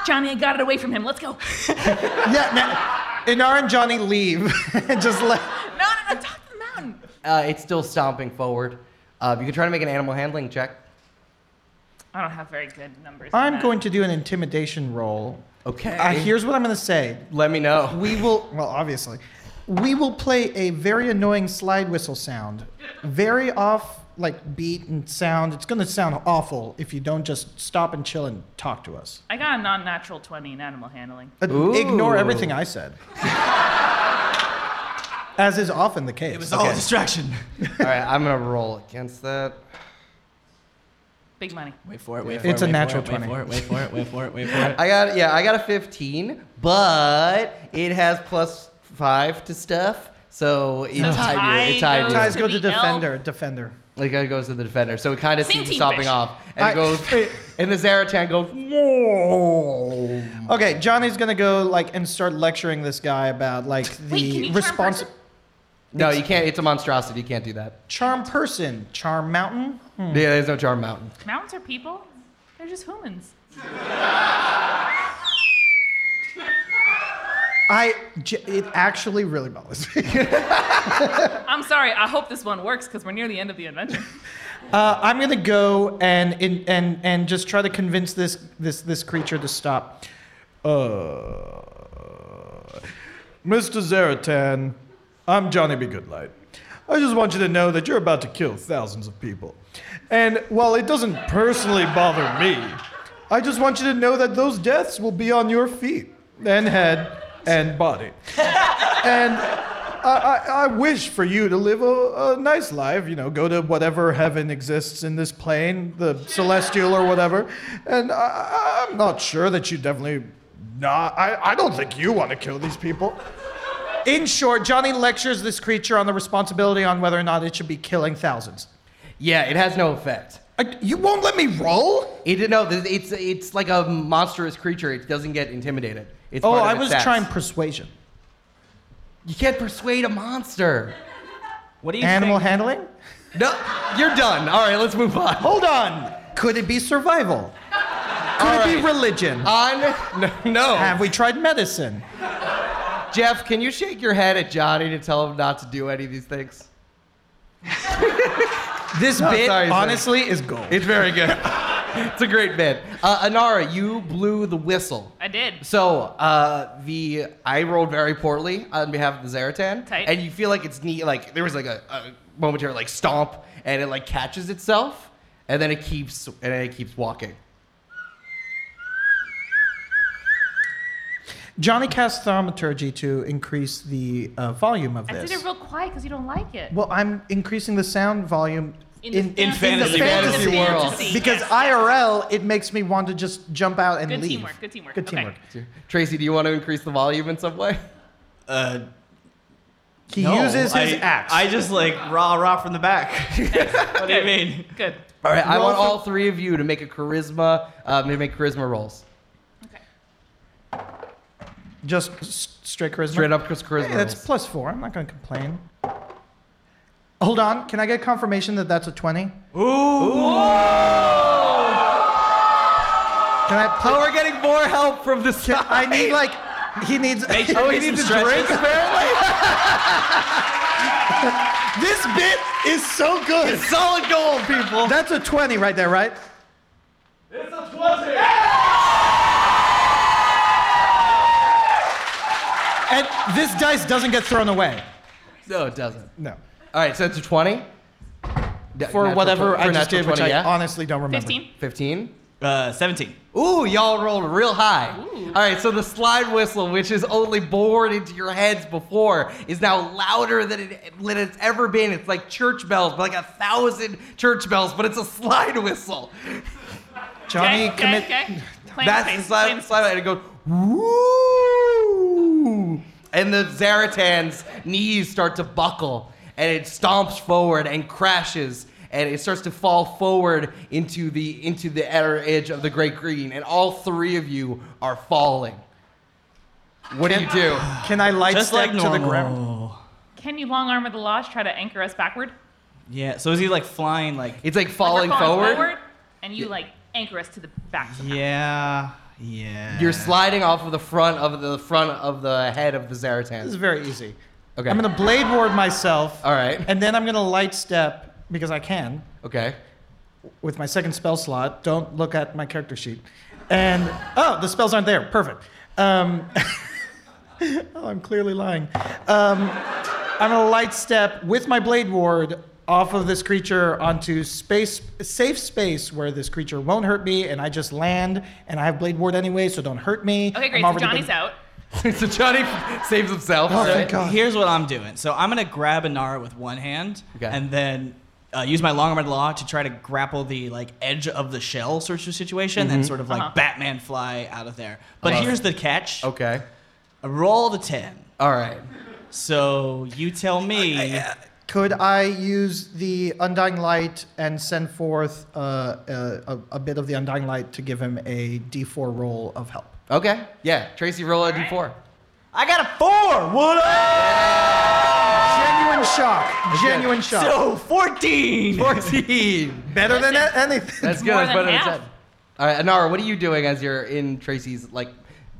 Speaker 3: Johnny, I got it away from him. Let's go.
Speaker 4: Yeah, no, Inara and Johnny leave and just let.
Speaker 3: no, no, no, top of the mountain.
Speaker 1: Uh, it's still stomping forward. Uh, you can try to make an animal handling check.
Speaker 3: I don't have very good numbers. on
Speaker 4: I'm
Speaker 3: that.
Speaker 4: going to do an intimidation roll.
Speaker 1: Okay.
Speaker 4: Uh, here's what I'm going to say.
Speaker 1: Let me know.
Speaker 4: We will, well, obviously, we will play a very annoying slide whistle sound. Very off, like, beat and sound. It's going to sound awful if you don't just stop and chill and talk to us.
Speaker 3: I got a non-natural 20 in animal handling.
Speaker 4: Uh,
Speaker 1: Ooh.
Speaker 4: Ignore everything I said. As is often the case.
Speaker 2: It was all a distraction.
Speaker 1: All right, I'm gonna roll against that.
Speaker 3: Big money.
Speaker 2: Wait for it, wait for it.
Speaker 4: It's a
Speaker 2: wait
Speaker 4: natural
Speaker 2: for it,
Speaker 4: 20.
Speaker 2: Wait for it, wait for it, wait for it, wait for it.
Speaker 1: I got yeah, I got a 15, but it has plus five to stuff, so it tied you. It tied you.
Speaker 4: Ties
Speaker 3: to
Speaker 4: go to
Speaker 3: the elf.
Speaker 4: defender, defender.
Speaker 1: Like it goes to the defender, so it kind of
Speaker 3: Same
Speaker 1: sees you
Speaker 3: team,
Speaker 1: stopping
Speaker 3: bitch.
Speaker 1: off, and it
Speaker 4: I-
Speaker 1: goes, and the Zaratan goes, whoa.
Speaker 4: Okay, Johnny's gonna go like and start lecturing this guy about like the
Speaker 3: Wait, can you
Speaker 4: response.
Speaker 3: turn person?
Speaker 1: No, you can't. It's a monstrosity. You can't do that.
Speaker 4: charm person, charm mountain.
Speaker 1: Yeah, there's no charm mountain.
Speaker 3: Mountains are people. They're just humans.
Speaker 4: I j- it actually really bothers me.
Speaker 3: I'm sorry. I hope this one works because we're near the end of the adventure.
Speaker 4: Uh, I'm gonna go and in, and and just try to convince this this this creature to stop. Uh,
Speaker 6: Mr. Zaratan, I'm Johnny B. Goodlight. I just want you to know that you're about to kill thousands of people. And while it doesn't personally bother me, I just want you to know that those deaths will be on your feet and head and body. And I, I, I wish for you to live a, a nice life, you know, go to whatever heaven exists in this plane, the celestial or whatever. And I, I- I'm not sure that you definitely. Nah, I, I don't think you want to kill these people.
Speaker 4: In short, Johnny lectures this creature on the responsibility on whether or not it should be killing thousands.
Speaker 1: Yeah, it has no effect.
Speaker 6: Uh,
Speaker 4: I, you won't let me roll?
Speaker 1: It no, th- it's it's like a monstrous creature. It doesn't get intimidated. It's
Speaker 4: Oh,
Speaker 1: part of
Speaker 4: I
Speaker 1: its
Speaker 4: was
Speaker 1: stats.
Speaker 4: trying persuasion.
Speaker 1: You can't persuade a monster.
Speaker 2: What do you
Speaker 4: Animal
Speaker 2: think?
Speaker 4: handling?
Speaker 1: No, you're done. All right, let's move on.
Speaker 4: Hold on. Could it be survival? Could it be
Speaker 1: right.
Speaker 4: religion?
Speaker 1: On no, no.
Speaker 4: Have we tried medicine?
Speaker 1: Jeff, can you shake your head at Johnny to tell him not to do any of these things?
Speaker 4: This
Speaker 1: No,
Speaker 4: bit,
Speaker 1: sorry, sorry.
Speaker 4: honestly, is gold.
Speaker 1: It's very good. it's a great bit. Uh, Anara, you blew the whistle.
Speaker 3: I did.
Speaker 1: So uh, the I rolled very poorly on behalf of the Zaratan,
Speaker 3: Tight.
Speaker 1: and you feel like it's neat. Like there was like a, a momentary like stomp, and it like catches itself, and then it keeps and then it keeps walking.
Speaker 4: Johnny casts thaumaturgy to increase the uh, volume of
Speaker 3: I
Speaker 4: this.
Speaker 3: did it real quiet because you don't like it.
Speaker 4: well, I'm increasing the sound volume in,
Speaker 2: in fantasy
Speaker 1: fantasy world.
Speaker 4: because IRL it makes me want to just jump out and
Speaker 3: Good
Speaker 4: leave.
Speaker 3: teamwork, good teamwork,
Speaker 4: Good
Speaker 3: okay.
Speaker 4: teamwork.
Speaker 1: Tracy, do you want to increase the volume in some way?
Speaker 2: Uh,
Speaker 4: He
Speaker 2: no,
Speaker 4: uses his
Speaker 2: I,
Speaker 4: axe.
Speaker 2: I just like rah rah from the back. what do you mean?
Speaker 3: Good.
Speaker 1: All right, I want all three of you to make a charisma. Uh, maybe make charisma rolls.
Speaker 3: Okay.
Speaker 4: just s- straight charisma.
Speaker 1: Straight up chris- charisma.
Speaker 4: Hey, that's
Speaker 1: rolls.
Speaker 4: plus four. I'm not going to complain. Hold on. Can I get confirmation that that's a 20? Ooh. Can I? Pl-
Speaker 1: oh, we're getting more help from the side.
Speaker 4: I need like. He needs.
Speaker 2: Oh, he needs a drink.
Speaker 4: this bit is so good.
Speaker 1: solid gold, people.
Speaker 4: That's a 20 right there, right? It's a 20! And this dice doesn't get thrown away.
Speaker 1: No, it doesn't.
Speaker 4: No.
Speaker 1: All right, so it's a twenty. D-
Speaker 4: For
Speaker 1: natural
Speaker 4: whatever
Speaker 1: twen- for
Speaker 4: I just
Speaker 1: natural
Speaker 4: did, which
Speaker 1: 20,
Speaker 4: I
Speaker 1: yeah?
Speaker 4: honestly don't remember.
Speaker 3: 15.
Speaker 1: Fifteen.
Speaker 2: Uh, Seventeen.
Speaker 1: Ooh, y'all rolled real high.
Speaker 3: Ooh.
Speaker 1: All right, so the slide whistle, which is only bored into your heads before, is now louder than, it, than it's ever been. It's like church bells, like a thousand church bells, but it's a slide whistle.
Speaker 4: Johnny,
Speaker 3: okay,
Speaker 4: commit.
Speaker 3: Okay, okay. Plain
Speaker 1: That's the
Speaker 3: space,
Speaker 1: slide,
Speaker 3: plain space.
Speaker 1: slide, and it goes woo, and the Zaratan's knees start to buckle, and it stomps forward and crashes, and it starts to fall forward into the into the outer edge of the Great Green, and all three of you are falling. What do you do?
Speaker 4: Can I light
Speaker 2: Just
Speaker 4: step
Speaker 2: like
Speaker 4: to
Speaker 2: normal.
Speaker 4: the ground?
Speaker 3: Can you long arm of the lodge try to anchor us backward?
Speaker 2: Yeah. So is he like flying like?
Speaker 1: It's like
Speaker 3: Like we're
Speaker 1: falling forward.
Speaker 3: and you like anchor us to the back. somehow.
Speaker 2: Yeah. Yeah.
Speaker 1: You're sliding off of the front of the front of the head of the
Speaker 4: This is
Speaker 1: Zaratan.
Speaker 4: very easy.
Speaker 1: Okay.
Speaker 4: I'm going to blade ward myself.
Speaker 1: All right.
Speaker 4: And then I'm going to light step because I can
Speaker 1: Okay.
Speaker 4: with my second spell slot. Don't look at my character sheet. And oh, the spells aren't there. Perfect. Um, oh, I'm clearly lying. Um, I'm gonna light step with my blade ward off of this creature onto space, safe space where this creature won't hurt me, and I just land. And I have blade ward anyway, so don't hurt me.
Speaker 3: Okay, great.
Speaker 4: I'm
Speaker 3: So
Speaker 4: already
Speaker 3: Johnny's out.
Speaker 4: been-
Speaker 1: so Johnny saves himself.
Speaker 4: Oh,
Speaker 1: right?
Speaker 4: thank God.
Speaker 2: Here's what I'm doing. So I'm gonna grab Inara with one hand,
Speaker 1: Okay.
Speaker 2: and then uh, use my long armed law to try to grapple the like edge of the shell sort of situation, and sort of like
Speaker 3: Uh-huh.
Speaker 2: Batman fly out of there. But
Speaker 1: love
Speaker 2: here's the catch:
Speaker 1: Okay.
Speaker 2: I roll the ten.
Speaker 1: All right.
Speaker 2: So you tell me.
Speaker 4: Could I use the Undying Light and send forth uh, uh, a, a bit of the Undying Light to give him a D4 roll of help?
Speaker 1: Okay. Yeah. Tracy, roll a d4.
Speaker 2: I got a four. What up?
Speaker 4: Genuine shock. Genuine shock.
Speaker 2: So fourteen.
Speaker 1: 14.
Speaker 4: Better than a- anything.
Speaker 1: That's good.
Speaker 3: more
Speaker 1: That's
Speaker 3: than
Speaker 1: better than
Speaker 3: half.
Speaker 1: 10. All right. Anara, what are you doing as you're in Tracy's, like,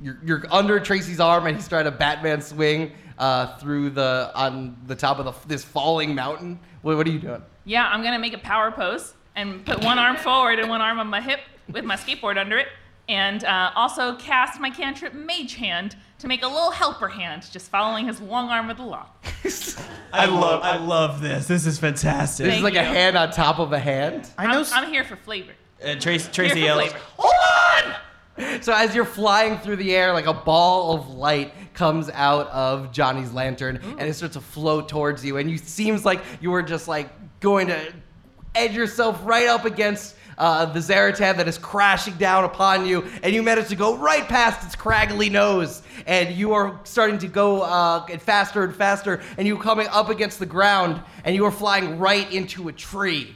Speaker 1: you're, you're under Tracy's arm and he's trying to Batman swing uh, through the, on the top of the, this falling mountain? What, what are you doing?
Speaker 3: Yeah, I'm gonna make a power pose and put one arm forward and one arm on my hip with my skateboard under it, and uh, also cast my cantrip Mage Hand to make a little helper hand, just following his long arm with the lock.
Speaker 2: I, love I love this. This is fantastic.
Speaker 1: This is
Speaker 3: Thank
Speaker 1: like a
Speaker 3: you.
Speaker 1: hand on top of a hand.
Speaker 4: I know.
Speaker 3: I'm,
Speaker 4: s-
Speaker 3: I'm here for flavor.
Speaker 2: Uh, Tracy,
Speaker 3: Here
Speaker 2: Tracy
Speaker 3: for
Speaker 2: yells,
Speaker 3: flavor.
Speaker 1: So as you're flying through the air, like a ball of light comes out of Johnny's lantern and it starts to flow towards you. And you seems like you were just like going to edge yourself right up against uh, the Zaratan that is crashing down upon you, and you manage to go right past its craggly nose, and you are starting to go uh, get faster and faster, and you're coming up against the ground, and you are flying right into a tree.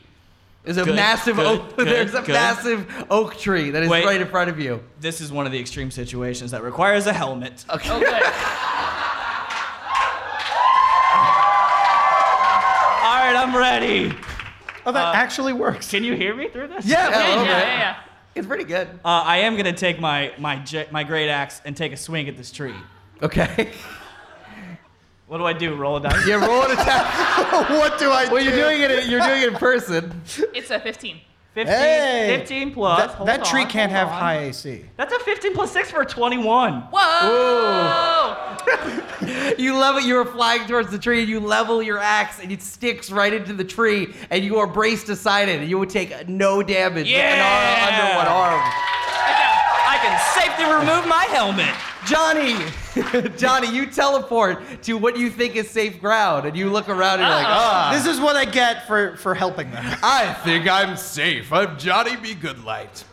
Speaker 1: There's a
Speaker 2: Good,
Speaker 1: massive
Speaker 2: good,
Speaker 1: oak.
Speaker 2: good,
Speaker 1: there's a
Speaker 2: good.
Speaker 1: massive oak tree that is
Speaker 2: Wait.
Speaker 1: right in front of you.
Speaker 2: This is one of the extreme situations that requires a helmet.
Speaker 1: Okay.
Speaker 3: Oh, good.
Speaker 2: All right, I'm ready.
Speaker 4: oh, that actually works.
Speaker 2: Can you hear me through this?
Speaker 1: Yeah,
Speaker 3: yeah,
Speaker 1: a
Speaker 3: yeah,
Speaker 1: little bit.
Speaker 3: yeah, yeah.
Speaker 1: It's pretty good.
Speaker 2: Uh, I am gonna take my my j- my great axe and take a swing at this tree.
Speaker 1: Okay.
Speaker 2: What do I do? Roll a dice.
Speaker 1: Yeah, roll an attack.
Speaker 6: what do I
Speaker 1: well,
Speaker 6: do?
Speaker 1: you're doing it. You're doing it in person.
Speaker 3: It's a 15.
Speaker 2: 15,
Speaker 4: Hey!
Speaker 2: 15 plus.
Speaker 4: That,
Speaker 2: hold
Speaker 4: that tree
Speaker 2: on,
Speaker 4: can't
Speaker 2: hold
Speaker 4: have
Speaker 2: on.
Speaker 4: high AC.
Speaker 2: That's a 15 plus 6 for a 21.
Speaker 3: Whoa! Oh
Speaker 1: You level. You are flying towards the tree. and You level your axe, and it sticks right into the tree. And you are braced aside it. And you would take no damage. with an arm
Speaker 2: Yeah!
Speaker 1: under one arm.
Speaker 2: I can safely remove my helmet.
Speaker 1: Johnny, Johnny, you teleport to what you think is safe ground, and you look around and you're like,
Speaker 3: Uh-oh.
Speaker 1: ah.
Speaker 4: This is what I get for, for helping them.
Speaker 7: I think I'm safe. I'm Johnny B. Goodlight.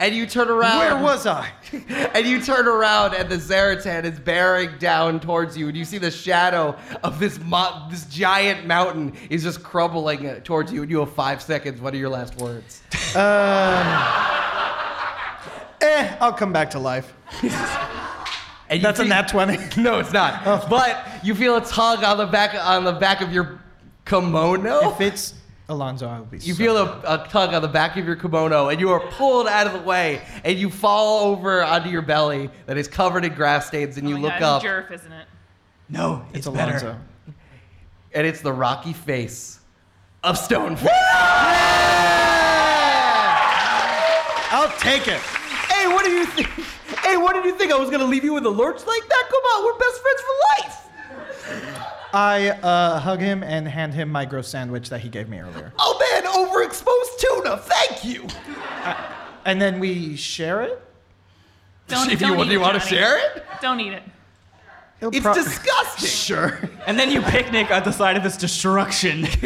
Speaker 1: And you turn around.
Speaker 4: Where was I?
Speaker 1: And you turn around, and the Zaratan is bearing down towards you, and you see the shadow of this mo- this giant mountain is just crumbling uh, towards you, and you have five seconds. What are your last words?
Speaker 4: Um, Eh, I'll come back to life.
Speaker 1: And you
Speaker 4: That's a
Speaker 1: see-
Speaker 4: nat Oh. 20.
Speaker 1: No, it's not. But you feel a tug on the back on the back of your kimono.
Speaker 4: If it's Alonzo, I will be
Speaker 1: You
Speaker 4: so-
Speaker 1: feel a, a tug on the back of your kimono, and you are pulled out of the way, and you fall over onto your belly that is covered in grass stains, and you
Speaker 3: Oh my
Speaker 1: look
Speaker 3: God,
Speaker 1: up,
Speaker 3: It's Jerf, isn't it?
Speaker 2: No, it's,
Speaker 4: It's
Speaker 2: better.
Speaker 4: Alonzo.
Speaker 1: and it's the rocky face of Stoneface.
Speaker 4: I'll take it.
Speaker 1: Hey, what do you think? Hey, what did you think? I was gonna leave you with a lurch like that? Come on, we're best friends for life.
Speaker 4: I uh, hug him and hand him my gross sandwich that he gave me earlier.
Speaker 1: Oh man, overexposed tuna. Thank you.
Speaker 4: And then we share it?
Speaker 3: Don't,
Speaker 1: if
Speaker 3: don't
Speaker 1: you
Speaker 3: eat
Speaker 1: want,
Speaker 3: it,
Speaker 1: you want to
Speaker 3: Johnny.
Speaker 1: share it?
Speaker 3: Don't eat it.
Speaker 4: He'll
Speaker 1: It's
Speaker 4: pro-
Speaker 1: disgusting.
Speaker 4: Sure.
Speaker 2: And then you picnic at the side of this destruction.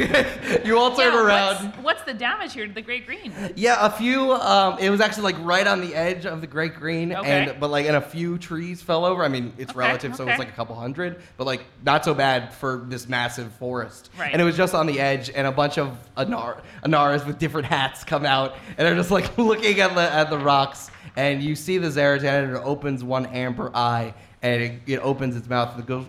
Speaker 1: You all turn
Speaker 3: Yeah,
Speaker 1: around.
Speaker 3: What's, what's the damage here to the Great Green?
Speaker 1: Yeah, a few. Um, it was actually like right on the edge of the Great Green,
Speaker 3: Okay.
Speaker 1: and but like and a few trees fell over. I mean, it's
Speaker 3: Okay,
Speaker 1: relative, so it was
Speaker 3: okay.
Speaker 1: like a couple hundred, but like not so bad for this massive forest.
Speaker 3: Right.
Speaker 1: And it was just on the edge, and a bunch of anar- anaras with different hats come out, and they're just like looking at the at the rocks, and you see the Zaratan, and it opens one amber eye, and it, it opens its mouth and it goes.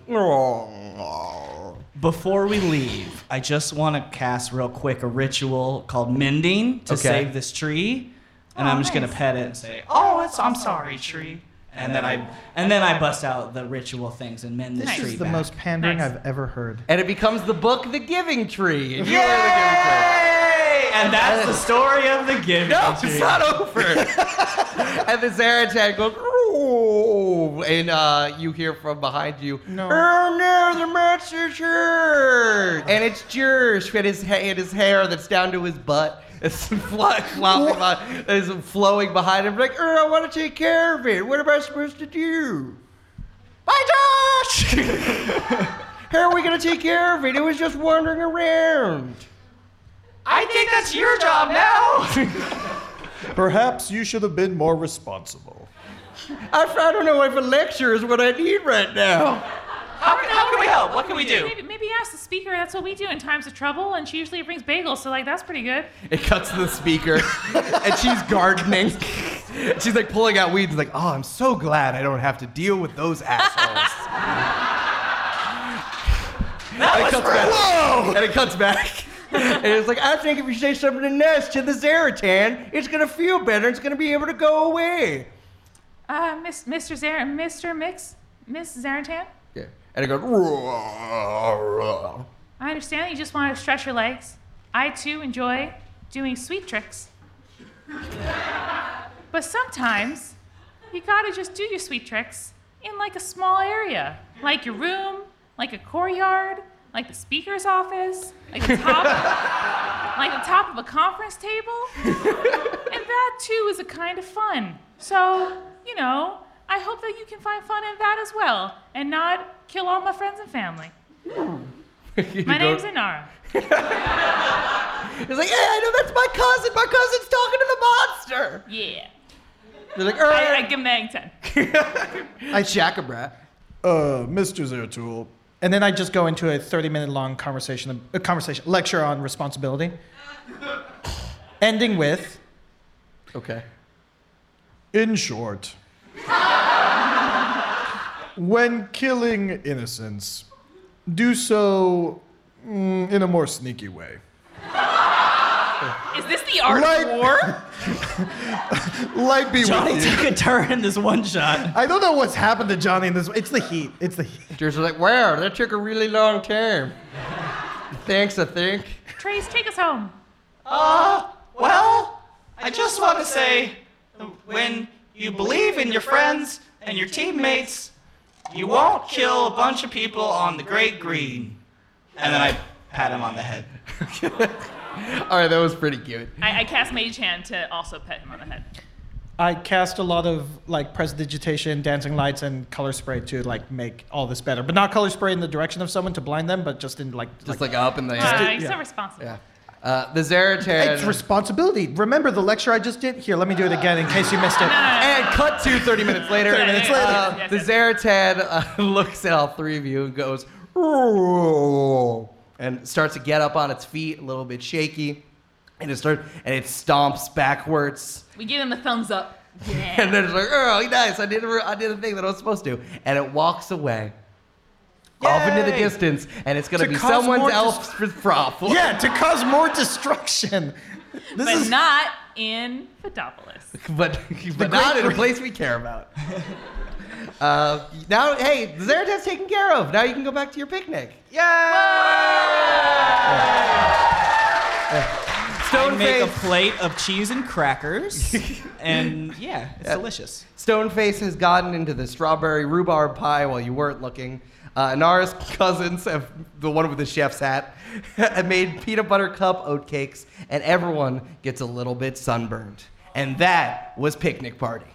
Speaker 2: Before we leave, I just want to cast real quick a ritual called mending to
Speaker 1: Okay.
Speaker 2: save this tree, and
Speaker 3: Oh,
Speaker 2: I'm just gonna
Speaker 3: nice.
Speaker 2: pet it and say, "Oh, it's I'm sorry, tree." And then I and then I bust out the ritual things and mend this
Speaker 3: Nice.
Speaker 2: tree
Speaker 4: This is the
Speaker 2: back.
Speaker 4: most pandering
Speaker 3: Nice.
Speaker 4: I've ever heard.
Speaker 1: And it becomes the book, The Giving Tree. And you are the Giving Tree.
Speaker 2: Yay! And that's the story of the giving
Speaker 1: No, Oh,
Speaker 2: tree.
Speaker 1: it's not over. and the Zaratan goes, "Ooh," and uh, you hear from behind you,
Speaker 4: No.
Speaker 1: oh no, the monster's here. And it's Jersh and his, ha- and his hair that's down to his butt. It's flopping behind, is flowing behind him. Like, oh, I want to take care of it. What am I supposed to do? Bye, Josh. How are we gonna take care of it? It was just wandering around.
Speaker 2: I think that's your job now.
Speaker 6: Perhaps you should have been more responsible.
Speaker 1: I, I don't know if a lecture is what I need right now.
Speaker 2: How can, how can we help? What can we do?
Speaker 3: Maybe, maybe ask the speaker. That's what we do in times of trouble, and she usually brings bagels, so like that's pretty good.
Speaker 1: It cuts to the speaker, and she's gardening. She's like pulling out weeds. Like, oh, I'm so glad I don't have to deal with those assholes. and, it cuts back, and it cuts back. And it's like, I think if you say something to Ness to the Zaratan, it's gonna feel better. It's gonna be able to go away.
Speaker 3: Uh, Miss, Mr. Zar, Mr. Mix, Miss Zaratan.
Speaker 1: Yeah. And it goes. "Roar, roar."
Speaker 3: I understand that you just want to stretch your legs. I too enjoy doing sweet tricks. But sometimes you gotta just do your sweet tricks in like a small area, like your room, like a courtyard, like the speaker's office, like the top, like the top of a conference table. and that too is a kind of fun. So you know, I hope that you can find fun in that as well, and not kill all my friends and family. My name's Inara.
Speaker 1: It's like, hey, I know that's my cousin. My cousin's talking to the monster.
Speaker 3: Yeah,
Speaker 1: They're like,
Speaker 3: I, I
Speaker 1: alright.
Speaker 3: give him that ten.
Speaker 1: I Shakabrat.
Speaker 6: Uh, Mr. Zertool.
Speaker 4: And then I just go into a 30 minute long conversation, a conversation, lecture on responsibility. Ending with,
Speaker 1: Okay.
Speaker 6: In short, when killing innocents, do so mm, in a more sneaky way.
Speaker 3: Is this the art
Speaker 6: Right.
Speaker 3: of war?
Speaker 6: Light be
Speaker 2: Johnny
Speaker 6: with you.
Speaker 2: took a turn in this one shot.
Speaker 6: I don't know what's happened to Johnny in this. It's the heat. It's the heat.
Speaker 1: Jerry's like, wow, that took a really long time. Thanks, I think.
Speaker 3: Trace, take us home.
Speaker 2: Well, I just want to say when you believe in your friends and your teammates, you won't kill a bunch of people on the Great Green. And then I pat him on the head.
Speaker 1: All right, that was pretty cute.
Speaker 3: I, I cast Mage Hand to also pet him on the head.
Speaker 4: I cast a lot of like prestidigitation, dancing lights, and color spray to like make all this better. But not color spray in the direction of someone to blind them, but just in like,
Speaker 1: Just like up in the
Speaker 3: Ah,
Speaker 1: air.
Speaker 3: you're so responsible.
Speaker 1: Yeah. Uh, the Zaratan.
Speaker 4: it's responsibility. Remember the lecture I just did? Here, let me do it again in case you missed it.
Speaker 1: and cut to 30 minutes later.
Speaker 3: 30 minutes later.
Speaker 1: Uh,
Speaker 3: Yes,
Speaker 1: the
Speaker 3: yes.
Speaker 1: Zaratan uh, looks at all three of you and goes, "Ooh," and starts to get up on its feet, a little bit shaky. And it starts, and it stomps backwards.
Speaker 3: We give him a thumbs up. Yeah.
Speaker 1: And then it's like, oh, nice! I did, a, I did a thing that I was supposed to. And it walks away, off into the
Speaker 2: Yay!
Speaker 1: distance, and it's gonna
Speaker 4: To
Speaker 1: be
Speaker 4: cause
Speaker 1: someone
Speaker 4: more dis-
Speaker 1: else's problem.
Speaker 4: Yeah, to cause more destruction. This
Speaker 3: but
Speaker 4: is
Speaker 3: not in Fidopolis.
Speaker 1: but but not in a place we care about. uh, now, hey, the Zeratan's taken care of. Now you can go back to your picnic.
Speaker 2: I make a
Speaker 1: Stoneface.
Speaker 2: plate of cheese and crackers. and yeah, it's delicious.
Speaker 1: Stoneface has gotten into the strawberry rhubarb pie while you weren't looking. Uh, Inara's cousins have the one with the chef's hat have made peanut butter cup oat cakes, and everyone gets a little bit sunburned. And that was picnic party.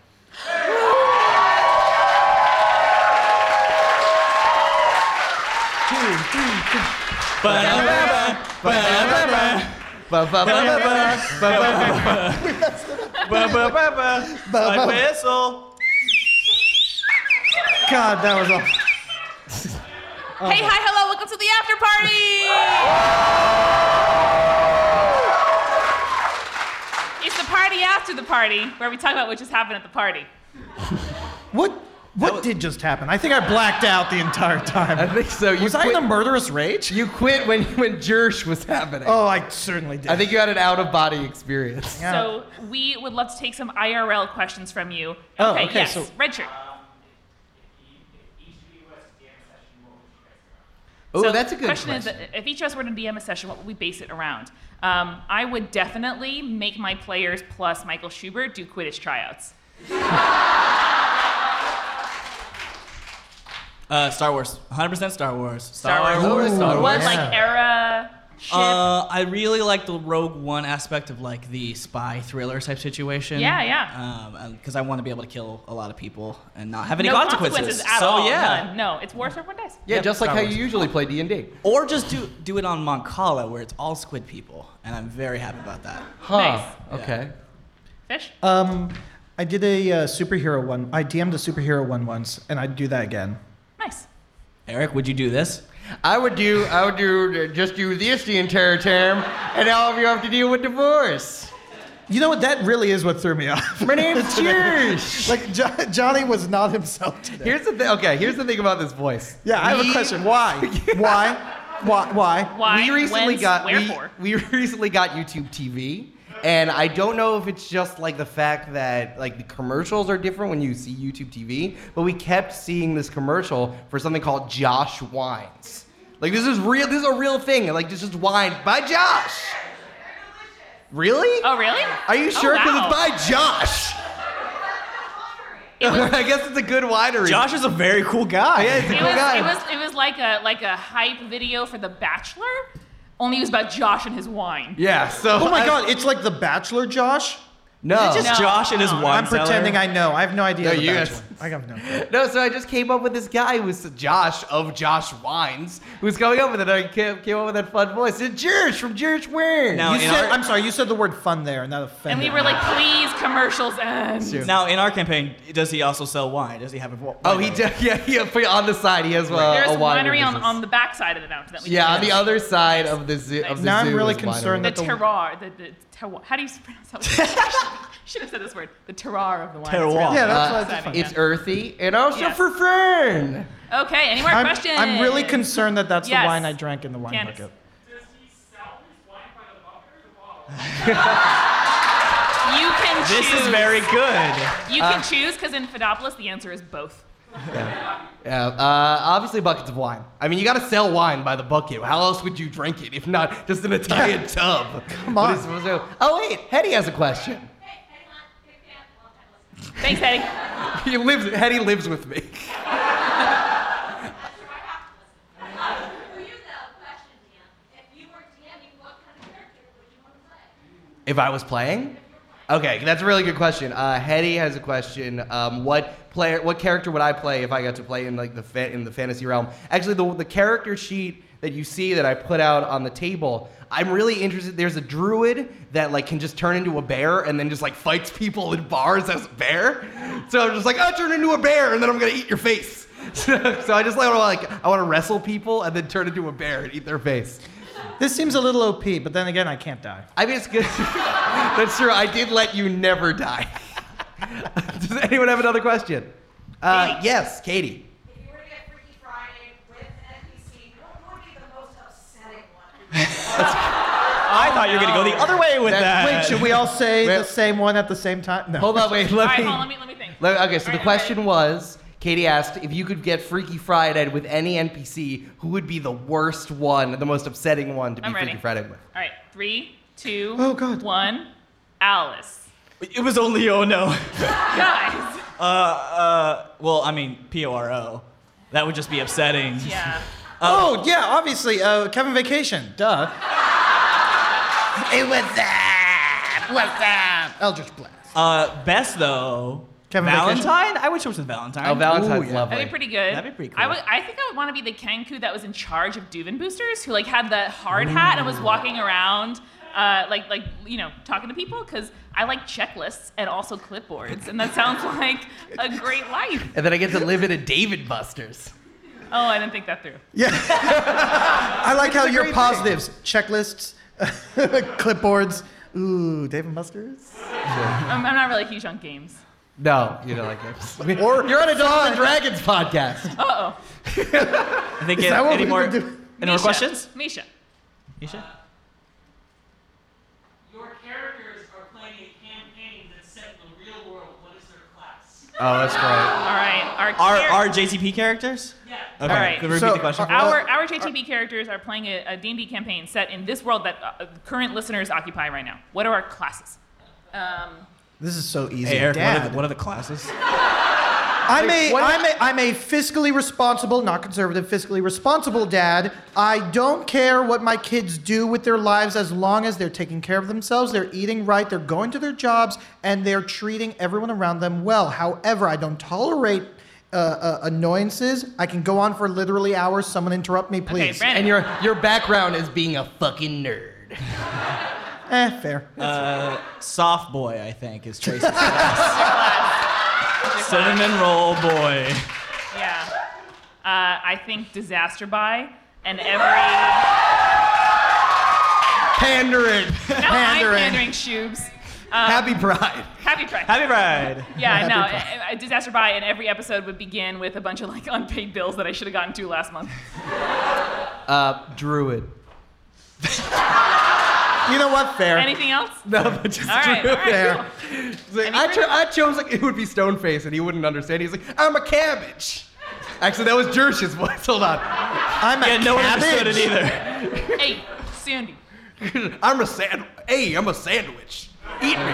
Speaker 2: Ba-da-ba-ba, ba-da-ba-ba,
Speaker 1: Ba-ba-ba-ba-ba.
Speaker 2: ba-ba-ba-ba, I whistle.
Speaker 4: God, that was awful.
Speaker 1: Oh
Speaker 3: Hey, hi, hello, welcome to the after party! it's the party after the party where we talk about what just happened at the party.
Speaker 4: What what did just happen? I think I blacked out the entire time.
Speaker 1: I think so. You
Speaker 4: was I
Speaker 1: quit,
Speaker 4: in a murderous rage?
Speaker 1: you quit when when Jersh was happening.
Speaker 4: oh, I certainly did.
Speaker 1: I think you had an out of body experience.
Speaker 4: Yeah.
Speaker 3: So we would love to take some IRL questions from you. Okay,
Speaker 4: Oh, okay,
Speaker 3: yes.
Speaker 4: so-
Speaker 3: Red shirt.
Speaker 1: Oh,
Speaker 3: So
Speaker 1: that's a good
Speaker 3: question.
Speaker 1: question.
Speaker 3: Is that if each of us were to DM a session, what would we base it around? Um, I would definitely make my players plus Michael Schubert do Quidditch tryouts.
Speaker 2: Uh, Star Wars, 100% Star Wars.
Speaker 3: Star Wars.
Speaker 1: Star
Speaker 3: What
Speaker 1: Wars.
Speaker 3: like era? Ship?
Speaker 2: Uh, I really like the Rogue One aspect of like the spy thriller type situation.
Speaker 3: Yeah, yeah.
Speaker 2: Because I want to be able to kill a lot of people and not have any
Speaker 3: no
Speaker 2: consequences.
Speaker 3: at
Speaker 2: so
Speaker 3: all.
Speaker 2: yeah,
Speaker 3: none. No, it's war, sword, one dice.
Speaker 1: yeah,
Speaker 2: Yep,
Speaker 1: just like
Speaker 2: Star
Speaker 1: how
Speaker 2: Wars.
Speaker 1: you usually play D and D.
Speaker 2: or just do do it on Moncala where it's all squid people, and I'm very happy about that.
Speaker 1: Huh.
Speaker 3: Nice.
Speaker 1: Okay.
Speaker 3: Fish.
Speaker 4: um, I did a uh, superhero one. I DM'd a superhero one once, and I'd do that again.
Speaker 3: Nice.
Speaker 2: Eric, would you do this?
Speaker 1: I would do. I would do just do this the entire term, and all of you have to deal with divorce.
Speaker 4: You know what? That really is what threw me off.
Speaker 1: My name's Cheers.
Speaker 4: like jo- Johnny was not himself today.
Speaker 1: Here's the thing. Okay, here's the thing about this voice.
Speaker 4: yeah, I have a
Speaker 1: We-
Speaker 4: question. Why? Why? Why? Why?
Speaker 3: Why?
Speaker 1: we recently
Speaker 3: whence,
Speaker 1: got we,
Speaker 3: Wherefore?
Speaker 1: we recently got YouTube TV, and I don't know if it's just like the fact that like the commercials are different when you see YouTube TV, but we kept seeing this commercial for something called Josh Wines. Like this is real. This is a real thing. and, Like this is wine by Josh. Really?
Speaker 3: oh, really?
Speaker 1: Are you sure?
Speaker 3: Oh,
Speaker 1: Because
Speaker 3: wow.
Speaker 1: it's by Josh.
Speaker 3: It was
Speaker 1: I guess it's a good winery.
Speaker 9: Josh is a very cool guy.
Speaker 1: yeah, it's a
Speaker 3: it
Speaker 1: cool
Speaker 3: was,
Speaker 1: guy.
Speaker 3: it was it was like a like a hype video for The Bachelor, only it was about Josh and his wine.
Speaker 1: yeah. So.
Speaker 4: Oh my
Speaker 1: I-
Speaker 4: god, it's like The Bachelor, Josh.
Speaker 1: No.
Speaker 9: Just
Speaker 3: No,
Speaker 9: Josh and his
Speaker 3: no.
Speaker 9: wine
Speaker 4: I'm pretending I know. I have no idea.
Speaker 1: No,
Speaker 4: The
Speaker 1: you
Speaker 4: Bachelor.
Speaker 1: guys-
Speaker 4: I have no. Idea.
Speaker 1: No, so I just came up with this guy who's Josh of Josh Wines, who's going up with it. I came, came up with that fun voice. It's Josh from Josh Wine.
Speaker 9: Now,
Speaker 4: You
Speaker 9: in
Speaker 4: said,
Speaker 9: our-
Speaker 4: I'm sorry, you said the word fun there, not offended.
Speaker 3: And we were like, please, commercials end.
Speaker 9: Now, in our campaign, does he also sell wine? Does he have a wine?
Speaker 1: oh, he does. Yeah, yeah. put it On the side, he has uh,
Speaker 3: There's
Speaker 1: a
Speaker 3: a winery on,
Speaker 1: business.
Speaker 3: on the back side of the mountain that we
Speaker 1: yeah, on
Speaker 3: did.
Speaker 1: the other side of the zoo. Of the
Speaker 4: Now I'm
Speaker 1: zoo
Speaker 4: really
Speaker 1: is winery.
Speaker 4: concerned
Speaker 3: the
Speaker 4: that the-
Speaker 3: terroir, the, the terroir. How do you pronounce that? word? should have said this word. The terroir of the wine.
Speaker 9: Terroir.
Speaker 4: yeah,
Speaker 1: Uh,
Speaker 4: that's what I
Speaker 3: Seven,
Speaker 1: it's
Speaker 3: yeah.
Speaker 1: earthy and also
Speaker 3: Yes.
Speaker 1: for fern.
Speaker 3: Okay. Any more
Speaker 4: I'm,
Speaker 3: questions?
Speaker 4: I'm really concerned that that's
Speaker 3: Yes.
Speaker 4: the wine I drank in the wine
Speaker 3: Candace.
Speaker 4: bucket.
Speaker 3: You can
Speaker 9: This
Speaker 3: choose.
Speaker 9: is very good.
Speaker 3: You can choose because in Fidopolis the answer is both.
Speaker 1: Yeah, uh, obviously buckets of wine. I mean, you got to sell wine by the bucket. How else would you drink it if not just an Italian tub? Come
Speaker 4: on.
Speaker 1: oh wait, Hetty has a question.
Speaker 3: Thanks, Eddie.
Speaker 1: He lives. Hetty lives with me.
Speaker 10: For you though, question, Dan, if you were DMing, what kind of character would you want to play?
Speaker 1: If I was playing? Okay, that's a really good question. Uh, Hetty has a question. Um, what player? What character would I play if I got to play in like the fa- in the fantasy realm? Actually, the the character sheet that you see that I put out on the table. I'm really interested. There's a druid that like can just turn into a bear and then just like fights people in bars as a bear. So I'm just like, I turn into a bear and then I'm gonna eat your face. So, so I just like, wanna, like I want to wrestle people and then turn into a bear and eat their face.
Speaker 4: This seems a little OP, but then again, I can't die.
Speaker 1: I mean, it's good. That's true. I did let you never die. Does anyone have another question? Uh, yes, Katie.
Speaker 10: If you were to get Freaky Friday with an NPC, what would be the most upsetting one?
Speaker 9: I thought you were going to go the other way with that.
Speaker 4: Wait, should we all say
Speaker 1: Wait.
Speaker 4: the same one at the same time? No.
Speaker 1: Uh, Hold on, wait.
Speaker 3: All
Speaker 1: Let
Speaker 3: right,
Speaker 1: me.
Speaker 3: hold on. Let me let me think.
Speaker 1: let- okay, so
Speaker 3: All
Speaker 1: the
Speaker 3: right,
Speaker 1: question
Speaker 3: okay.
Speaker 1: was Katie asked if you could get Freaky Friday with any NPC, who would be the worst one, the most upsetting one to be
Speaker 3: I'm ready.
Speaker 1: Freaky Friday with?
Speaker 3: All right, three, two,
Speaker 4: Oh, God.
Speaker 3: one. Alice.
Speaker 9: It was only oh no.
Speaker 3: Guys.
Speaker 9: Uh, uh, well, I mean, P O R O. That would just be upsetting.
Speaker 3: Yeah.
Speaker 4: Oh, yeah, obviously. Uh, Kevin Vacation. Duh. hey, what's up? What's up? Eldritch Blast.
Speaker 9: Uh, best though.
Speaker 4: Kevin
Speaker 9: Valentine?
Speaker 4: Vacation.
Speaker 9: I would choose the Valentine.
Speaker 1: Oh, Valentine's
Speaker 4: Ooh, yeah.
Speaker 1: lovely.
Speaker 3: That'd be pretty good.
Speaker 9: That'd be pretty
Speaker 3: I
Speaker 9: cool.
Speaker 3: would. I think I would want to be the Kenku that was in charge of Duven Boosters, who like had the hard hat and was walking around, uh, like like you know talking to people because I like checklists and also clipboards, and that sounds like a great life.
Speaker 1: and then I get to live in a David Buster's.
Speaker 3: Oh, I didn't think that through.
Speaker 4: I like how your positives checklists, clipboards. Ooh, Dave and Buster's.
Speaker 3: I'm, I'm not really huge on games.
Speaker 1: No, you don't like it. or you're on a Dungeons and Dragons podcast.
Speaker 3: Uh oh.
Speaker 9: I think it-
Speaker 4: that what
Speaker 9: any
Speaker 4: we
Speaker 9: more,
Speaker 4: would do?
Speaker 9: any more questions?
Speaker 3: Misha.
Speaker 9: Misha?
Speaker 11: Your characters are playing a campaign that's set in the real world. What is their class?
Speaker 1: Oh, that's great.
Speaker 3: All right. Our
Speaker 9: Our,
Speaker 3: char-
Speaker 9: our JTP characters?
Speaker 11: Yeah.
Speaker 9: Okay.
Speaker 3: All right.
Speaker 9: Could we repeat
Speaker 4: So,
Speaker 9: the question?
Speaker 4: uh,
Speaker 3: Our, our JTB characters are playing a, a D&D campaign set in this world that uh, current listeners occupy right now. What are our classes? Um,
Speaker 4: This is so easy.
Speaker 9: hey, Eric, what are,
Speaker 4: Dad.
Speaker 9: the, what are the classes?
Speaker 4: I'm a,
Speaker 1: what-
Speaker 4: I'm, a, I'm a fiscally responsible, not conservative, fiscally responsible dad. I don't care what my kids do with their lives as long as they're taking care of themselves, they're eating right, they're going to their jobs, and they're treating everyone around them well. However, I don't tolerate uh, uh, annoyances. I can go on for literally hours. Someone interrupt me,
Speaker 3: okay,
Speaker 4: please.
Speaker 3: Brandon.
Speaker 1: And your your background is being a fucking nerd.
Speaker 4: eh, fair.
Speaker 9: Soft boy, I think, is Tracy's class. Cinnamon roll boy.
Speaker 3: yeah. Uh, I think disaster buy and every
Speaker 1: Pandering.
Speaker 3: now I'm
Speaker 4: Pandering.
Speaker 3: pandering shoes.
Speaker 1: Happy Pride.
Speaker 3: Happy Pride.
Speaker 9: uh, Happy Pride.
Speaker 3: yeah, no, a, a disaster buy and every episode would begin with a bunch of like unpaid bills that I should have gotten to last month.
Speaker 1: Uh, Druid.
Speaker 4: You know what? Fair.
Speaker 3: Anything else?
Speaker 1: No, but just
Speaker 3: All right, all
Speaker 1: Druid.
Speaker 3: right. Cool.
Speaker 1: He's like,
Speaker 3: Any
Speaker 1: I, cho-
Speaker 3: Druid?
Speaker 1: I chose like it would be Stoneface, and he wouldn't understand. He's like, I'm a cabbage. Actually, that was Jersh's voice. Hold on.
Speaker 4: I'm a
Speaker 9: Yeah, no one understood
Speaker 4: cabbage.
Speaker 9: it either.
Speaker 3: Hey, Sandy.
Speaker 1: I'm a sand. Hey, I'm a sandwich. Eat me.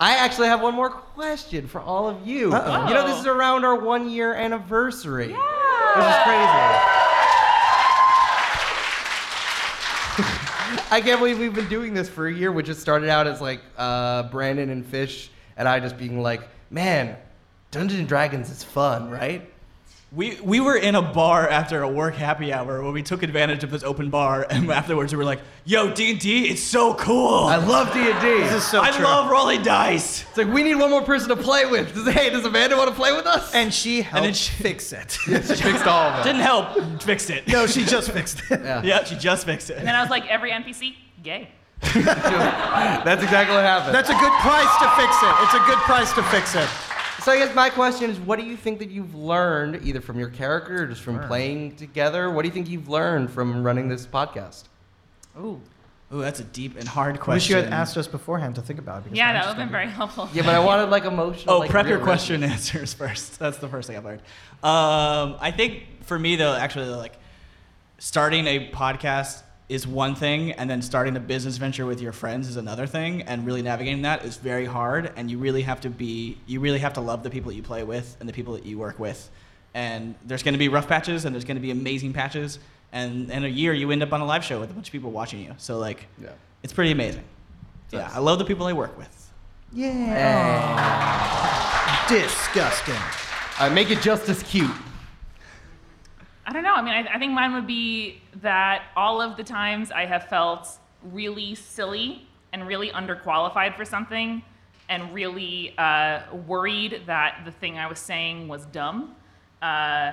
Speaker 1: I actually have one more question for all of you.
Speaker 3: Uh-oh.
Speaker 1: You know, this is around our one year anniversary. This is crazy. I can't believe we've been doing this for a year, which just started out as like uh, Brandon and Fish and I just being like, man, Dungeons and Dragons is fun, right?
Speaker 9: We, we were in a bar after a work happy hour where we took advantage of this open bar, and afterwards we were like, "Yo, D and D, it's so cool.
Speaker 1: I love D and D. This is so
Speaker 9: I love rolling dice."
Speaker 1: It's like we need one more person to play with. Does, hey, does Amanda want to play with us?
Speaker 4: And she helped
Speaker 9: then she-
Speaker 4: fix it.
Speaker 1: she fixed all of
Speaker 9: Didn't help, fixed it.
Speaker 4: no, she just fixed it.
Speaker 9: Yeah, she just fixed it.
Speaker 3: And then I was like, every NPC, gay.
Speaker 1: That's exactly what happened.
Speaker 4: That's a good price to fix it. It's a good price to fix it.
Speaker 1: So I guess my question is, what do you think that you've learned, either from your character or just from
Speaker 9: Hmm.
Speaker 1: playing together? What do you think you've learned from running this podcast?
Speaker 4: Ooh.
Speaker 9: Ooh, that's a deep and hard
Speaker 4: I
Speaker 9: question.
Speaker 4: wish you had asked us beforehand to think about it. because
Speaker 3: Yeah,
Speaker 4: now
Speaker 3: that
Speaker 4: I'm
Speaker 3: would have been very
Speaker 4: just
Speaker 3: helpful.
Speaker 1: Yeah, but I wanted like emotional.
Speaker 9: Oh,
Speaker 1: like,
Speaker 9: prep your
Speaker 1: real
Speaker 9: question answers first. That's the first thing I've learned. Um, I think for me though, actually, like starting a podcast is one thing, and then starting a business venture with your friends is another thing, and really navigating that is very hard. And you really have to be, you really have to love the people that you play with and the people that you work with. And there's going to be rough patches, and there's going to be amazing patches. And in a year, you end up on a live show with a bunch of people watching you. So like,
Speaker 1: Yeah.
Speaker 9: it's pretty amazing. Yeah, I love the people I work with.
Speaker 4: Disgusting.
Speaker 9: Oh.
Speaker 1: Uh, make it just as cute.
Speaker 3: I don't know. I mean, I, I think mine would be that all of the times I have felt really silly and really underqualified for something and really uh, worried that the thing I was saying was dumb, uh,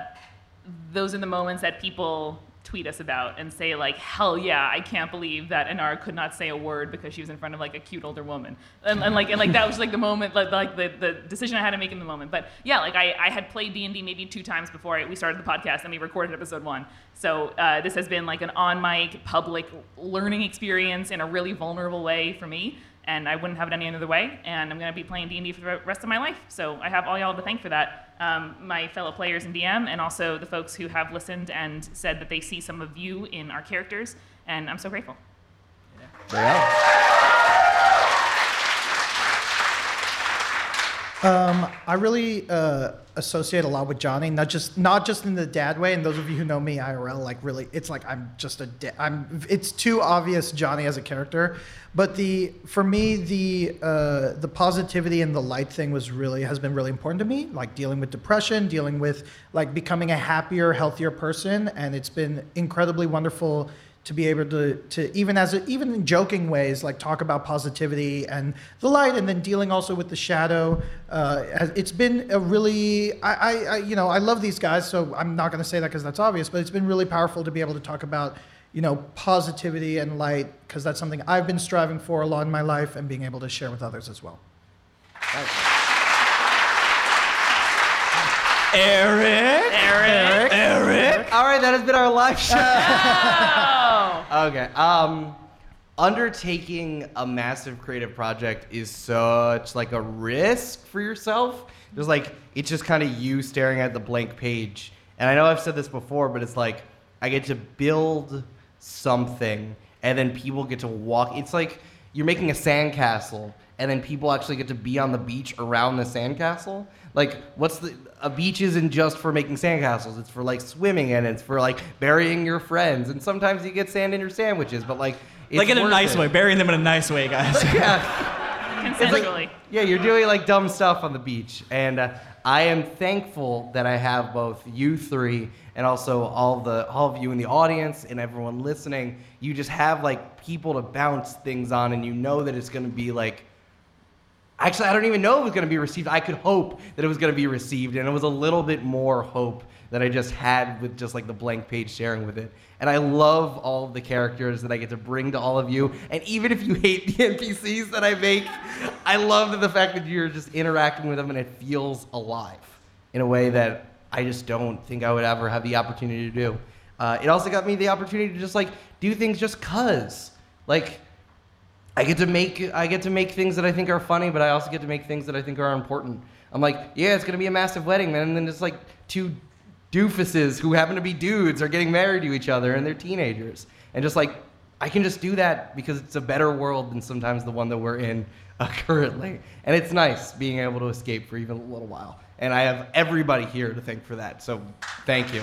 Speaker 3: those are the moments that people tweet us about and say, like, hell yeah, I can't believe that Inara could not say a word because she was in front of like a cute older woman. And, and like and like that was like the moment like, like the, the decision I had to make in the moment. But yeah, like I, I had played D and D maybe two times before I, we started the podcast and we recorded episode one. So uh, this has been like an on mic public learning experience in a really vulnerable way for me. And I wouldn't have it any other way. And I'm going to be playing D&D for the rest of my life. So I have all y'all to thank for that um, my fellow players in DM, and also the folks who have listened and said that they see some of you in our characters, and I'm so grateful.
Speaker 4: I really uh, associate a lot with Johnny, not just not just in the dad way. And those of you who know me IRL, like really, it's like I'm just a da- I'm. It's too obvious Johnny as a character, but the for me the uh, the positivity and the light thing was really has been really important to me. Like dealing with depression, dealing with like becoming a happier, healthier person, and it's been incredibly wonderful to be able to to even as a, even in joking ways like talk about positivity and the light and then dealing also with the shadow uh, has- it's been a really I, I, I you know i love these guys so i'm not going to say that because that's obvious but it's been really powerful to be able to talk about you know positivity and light because that's something i've been striving for a lot in my life and being able to share with others as well
Speaker 9: Eric.
Speaker 3: Eric.
Speaker 9: Eric.
Speaker 1: All right, that has been our live show.
Speaker 3: Oh.
Speaker 1: okay. Um, undertaking a massive creative project is such like a risk for yourself. There's like it's just kind of you staring at the blank page. And I know I've said this before, but it's like I get to build something, and then people get to walk. It's like you're making a sandcastle, and then people actually get to be on the beach around the sandcastle. Like, what's the a beach isn't just for making sandcastles. It's for like swimming and it's for like burying your friends. And sometimes you get sand in your sandwiches, but like it's
Speaker 9: like in a
Speaker 1: worth
Speaker 9: nice
Speaker 1: it.
Speaker 9: way, burying them in a nice way, guys.
Speaker 1: Yeah, it's like-
Speaker 3: Consensually.
Speaker 1: yeah, you're doing like dumb stuff on the beach, and uh, I am thankful that I have both you three and also all the all of you in the audience and everyone listening. You just have like people to bounce things on, and you know that it's gonna be like Actually, I don't even know if it was going to be received. I could hope that it was going to be received, and it was a little bit more hope that I just had with just like the blank page sharing with it. And I love all of the characters that I get to bring to all of you. And even if you hate the NPCs that I make, I love the fact that you're just interacting with them and it feels alive in a way that I just don't think I would ever have the opportunity to do. Uh, it also got me the opportunity to just like do things just cuz. Like, I get to make I get to make things that I think are funny, but I also get to make things that I think are important. I'm like, yeah, it's gonna be a massive wedding, man, and then it's like two doofuses who happen to be dudes are getting married to each other and they're teenagers. And just like I can just do that because it's a better world than sometimes the one that we're in uh, currently. And it's nice being able to escape for even a little while. And I have everybody here to thank for that. So thank you.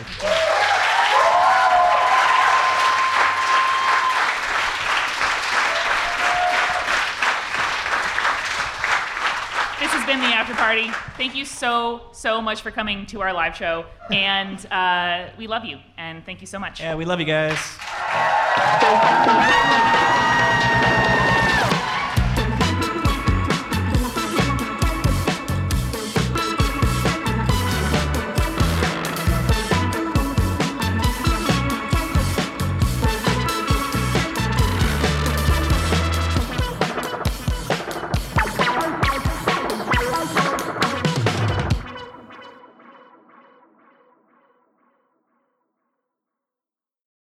Speaker 3: This has been the after party. Thank you so, so much for coming to our live show. And uh, we love you. And thank you so much.
Speaker 9: Yeah, we love you guys.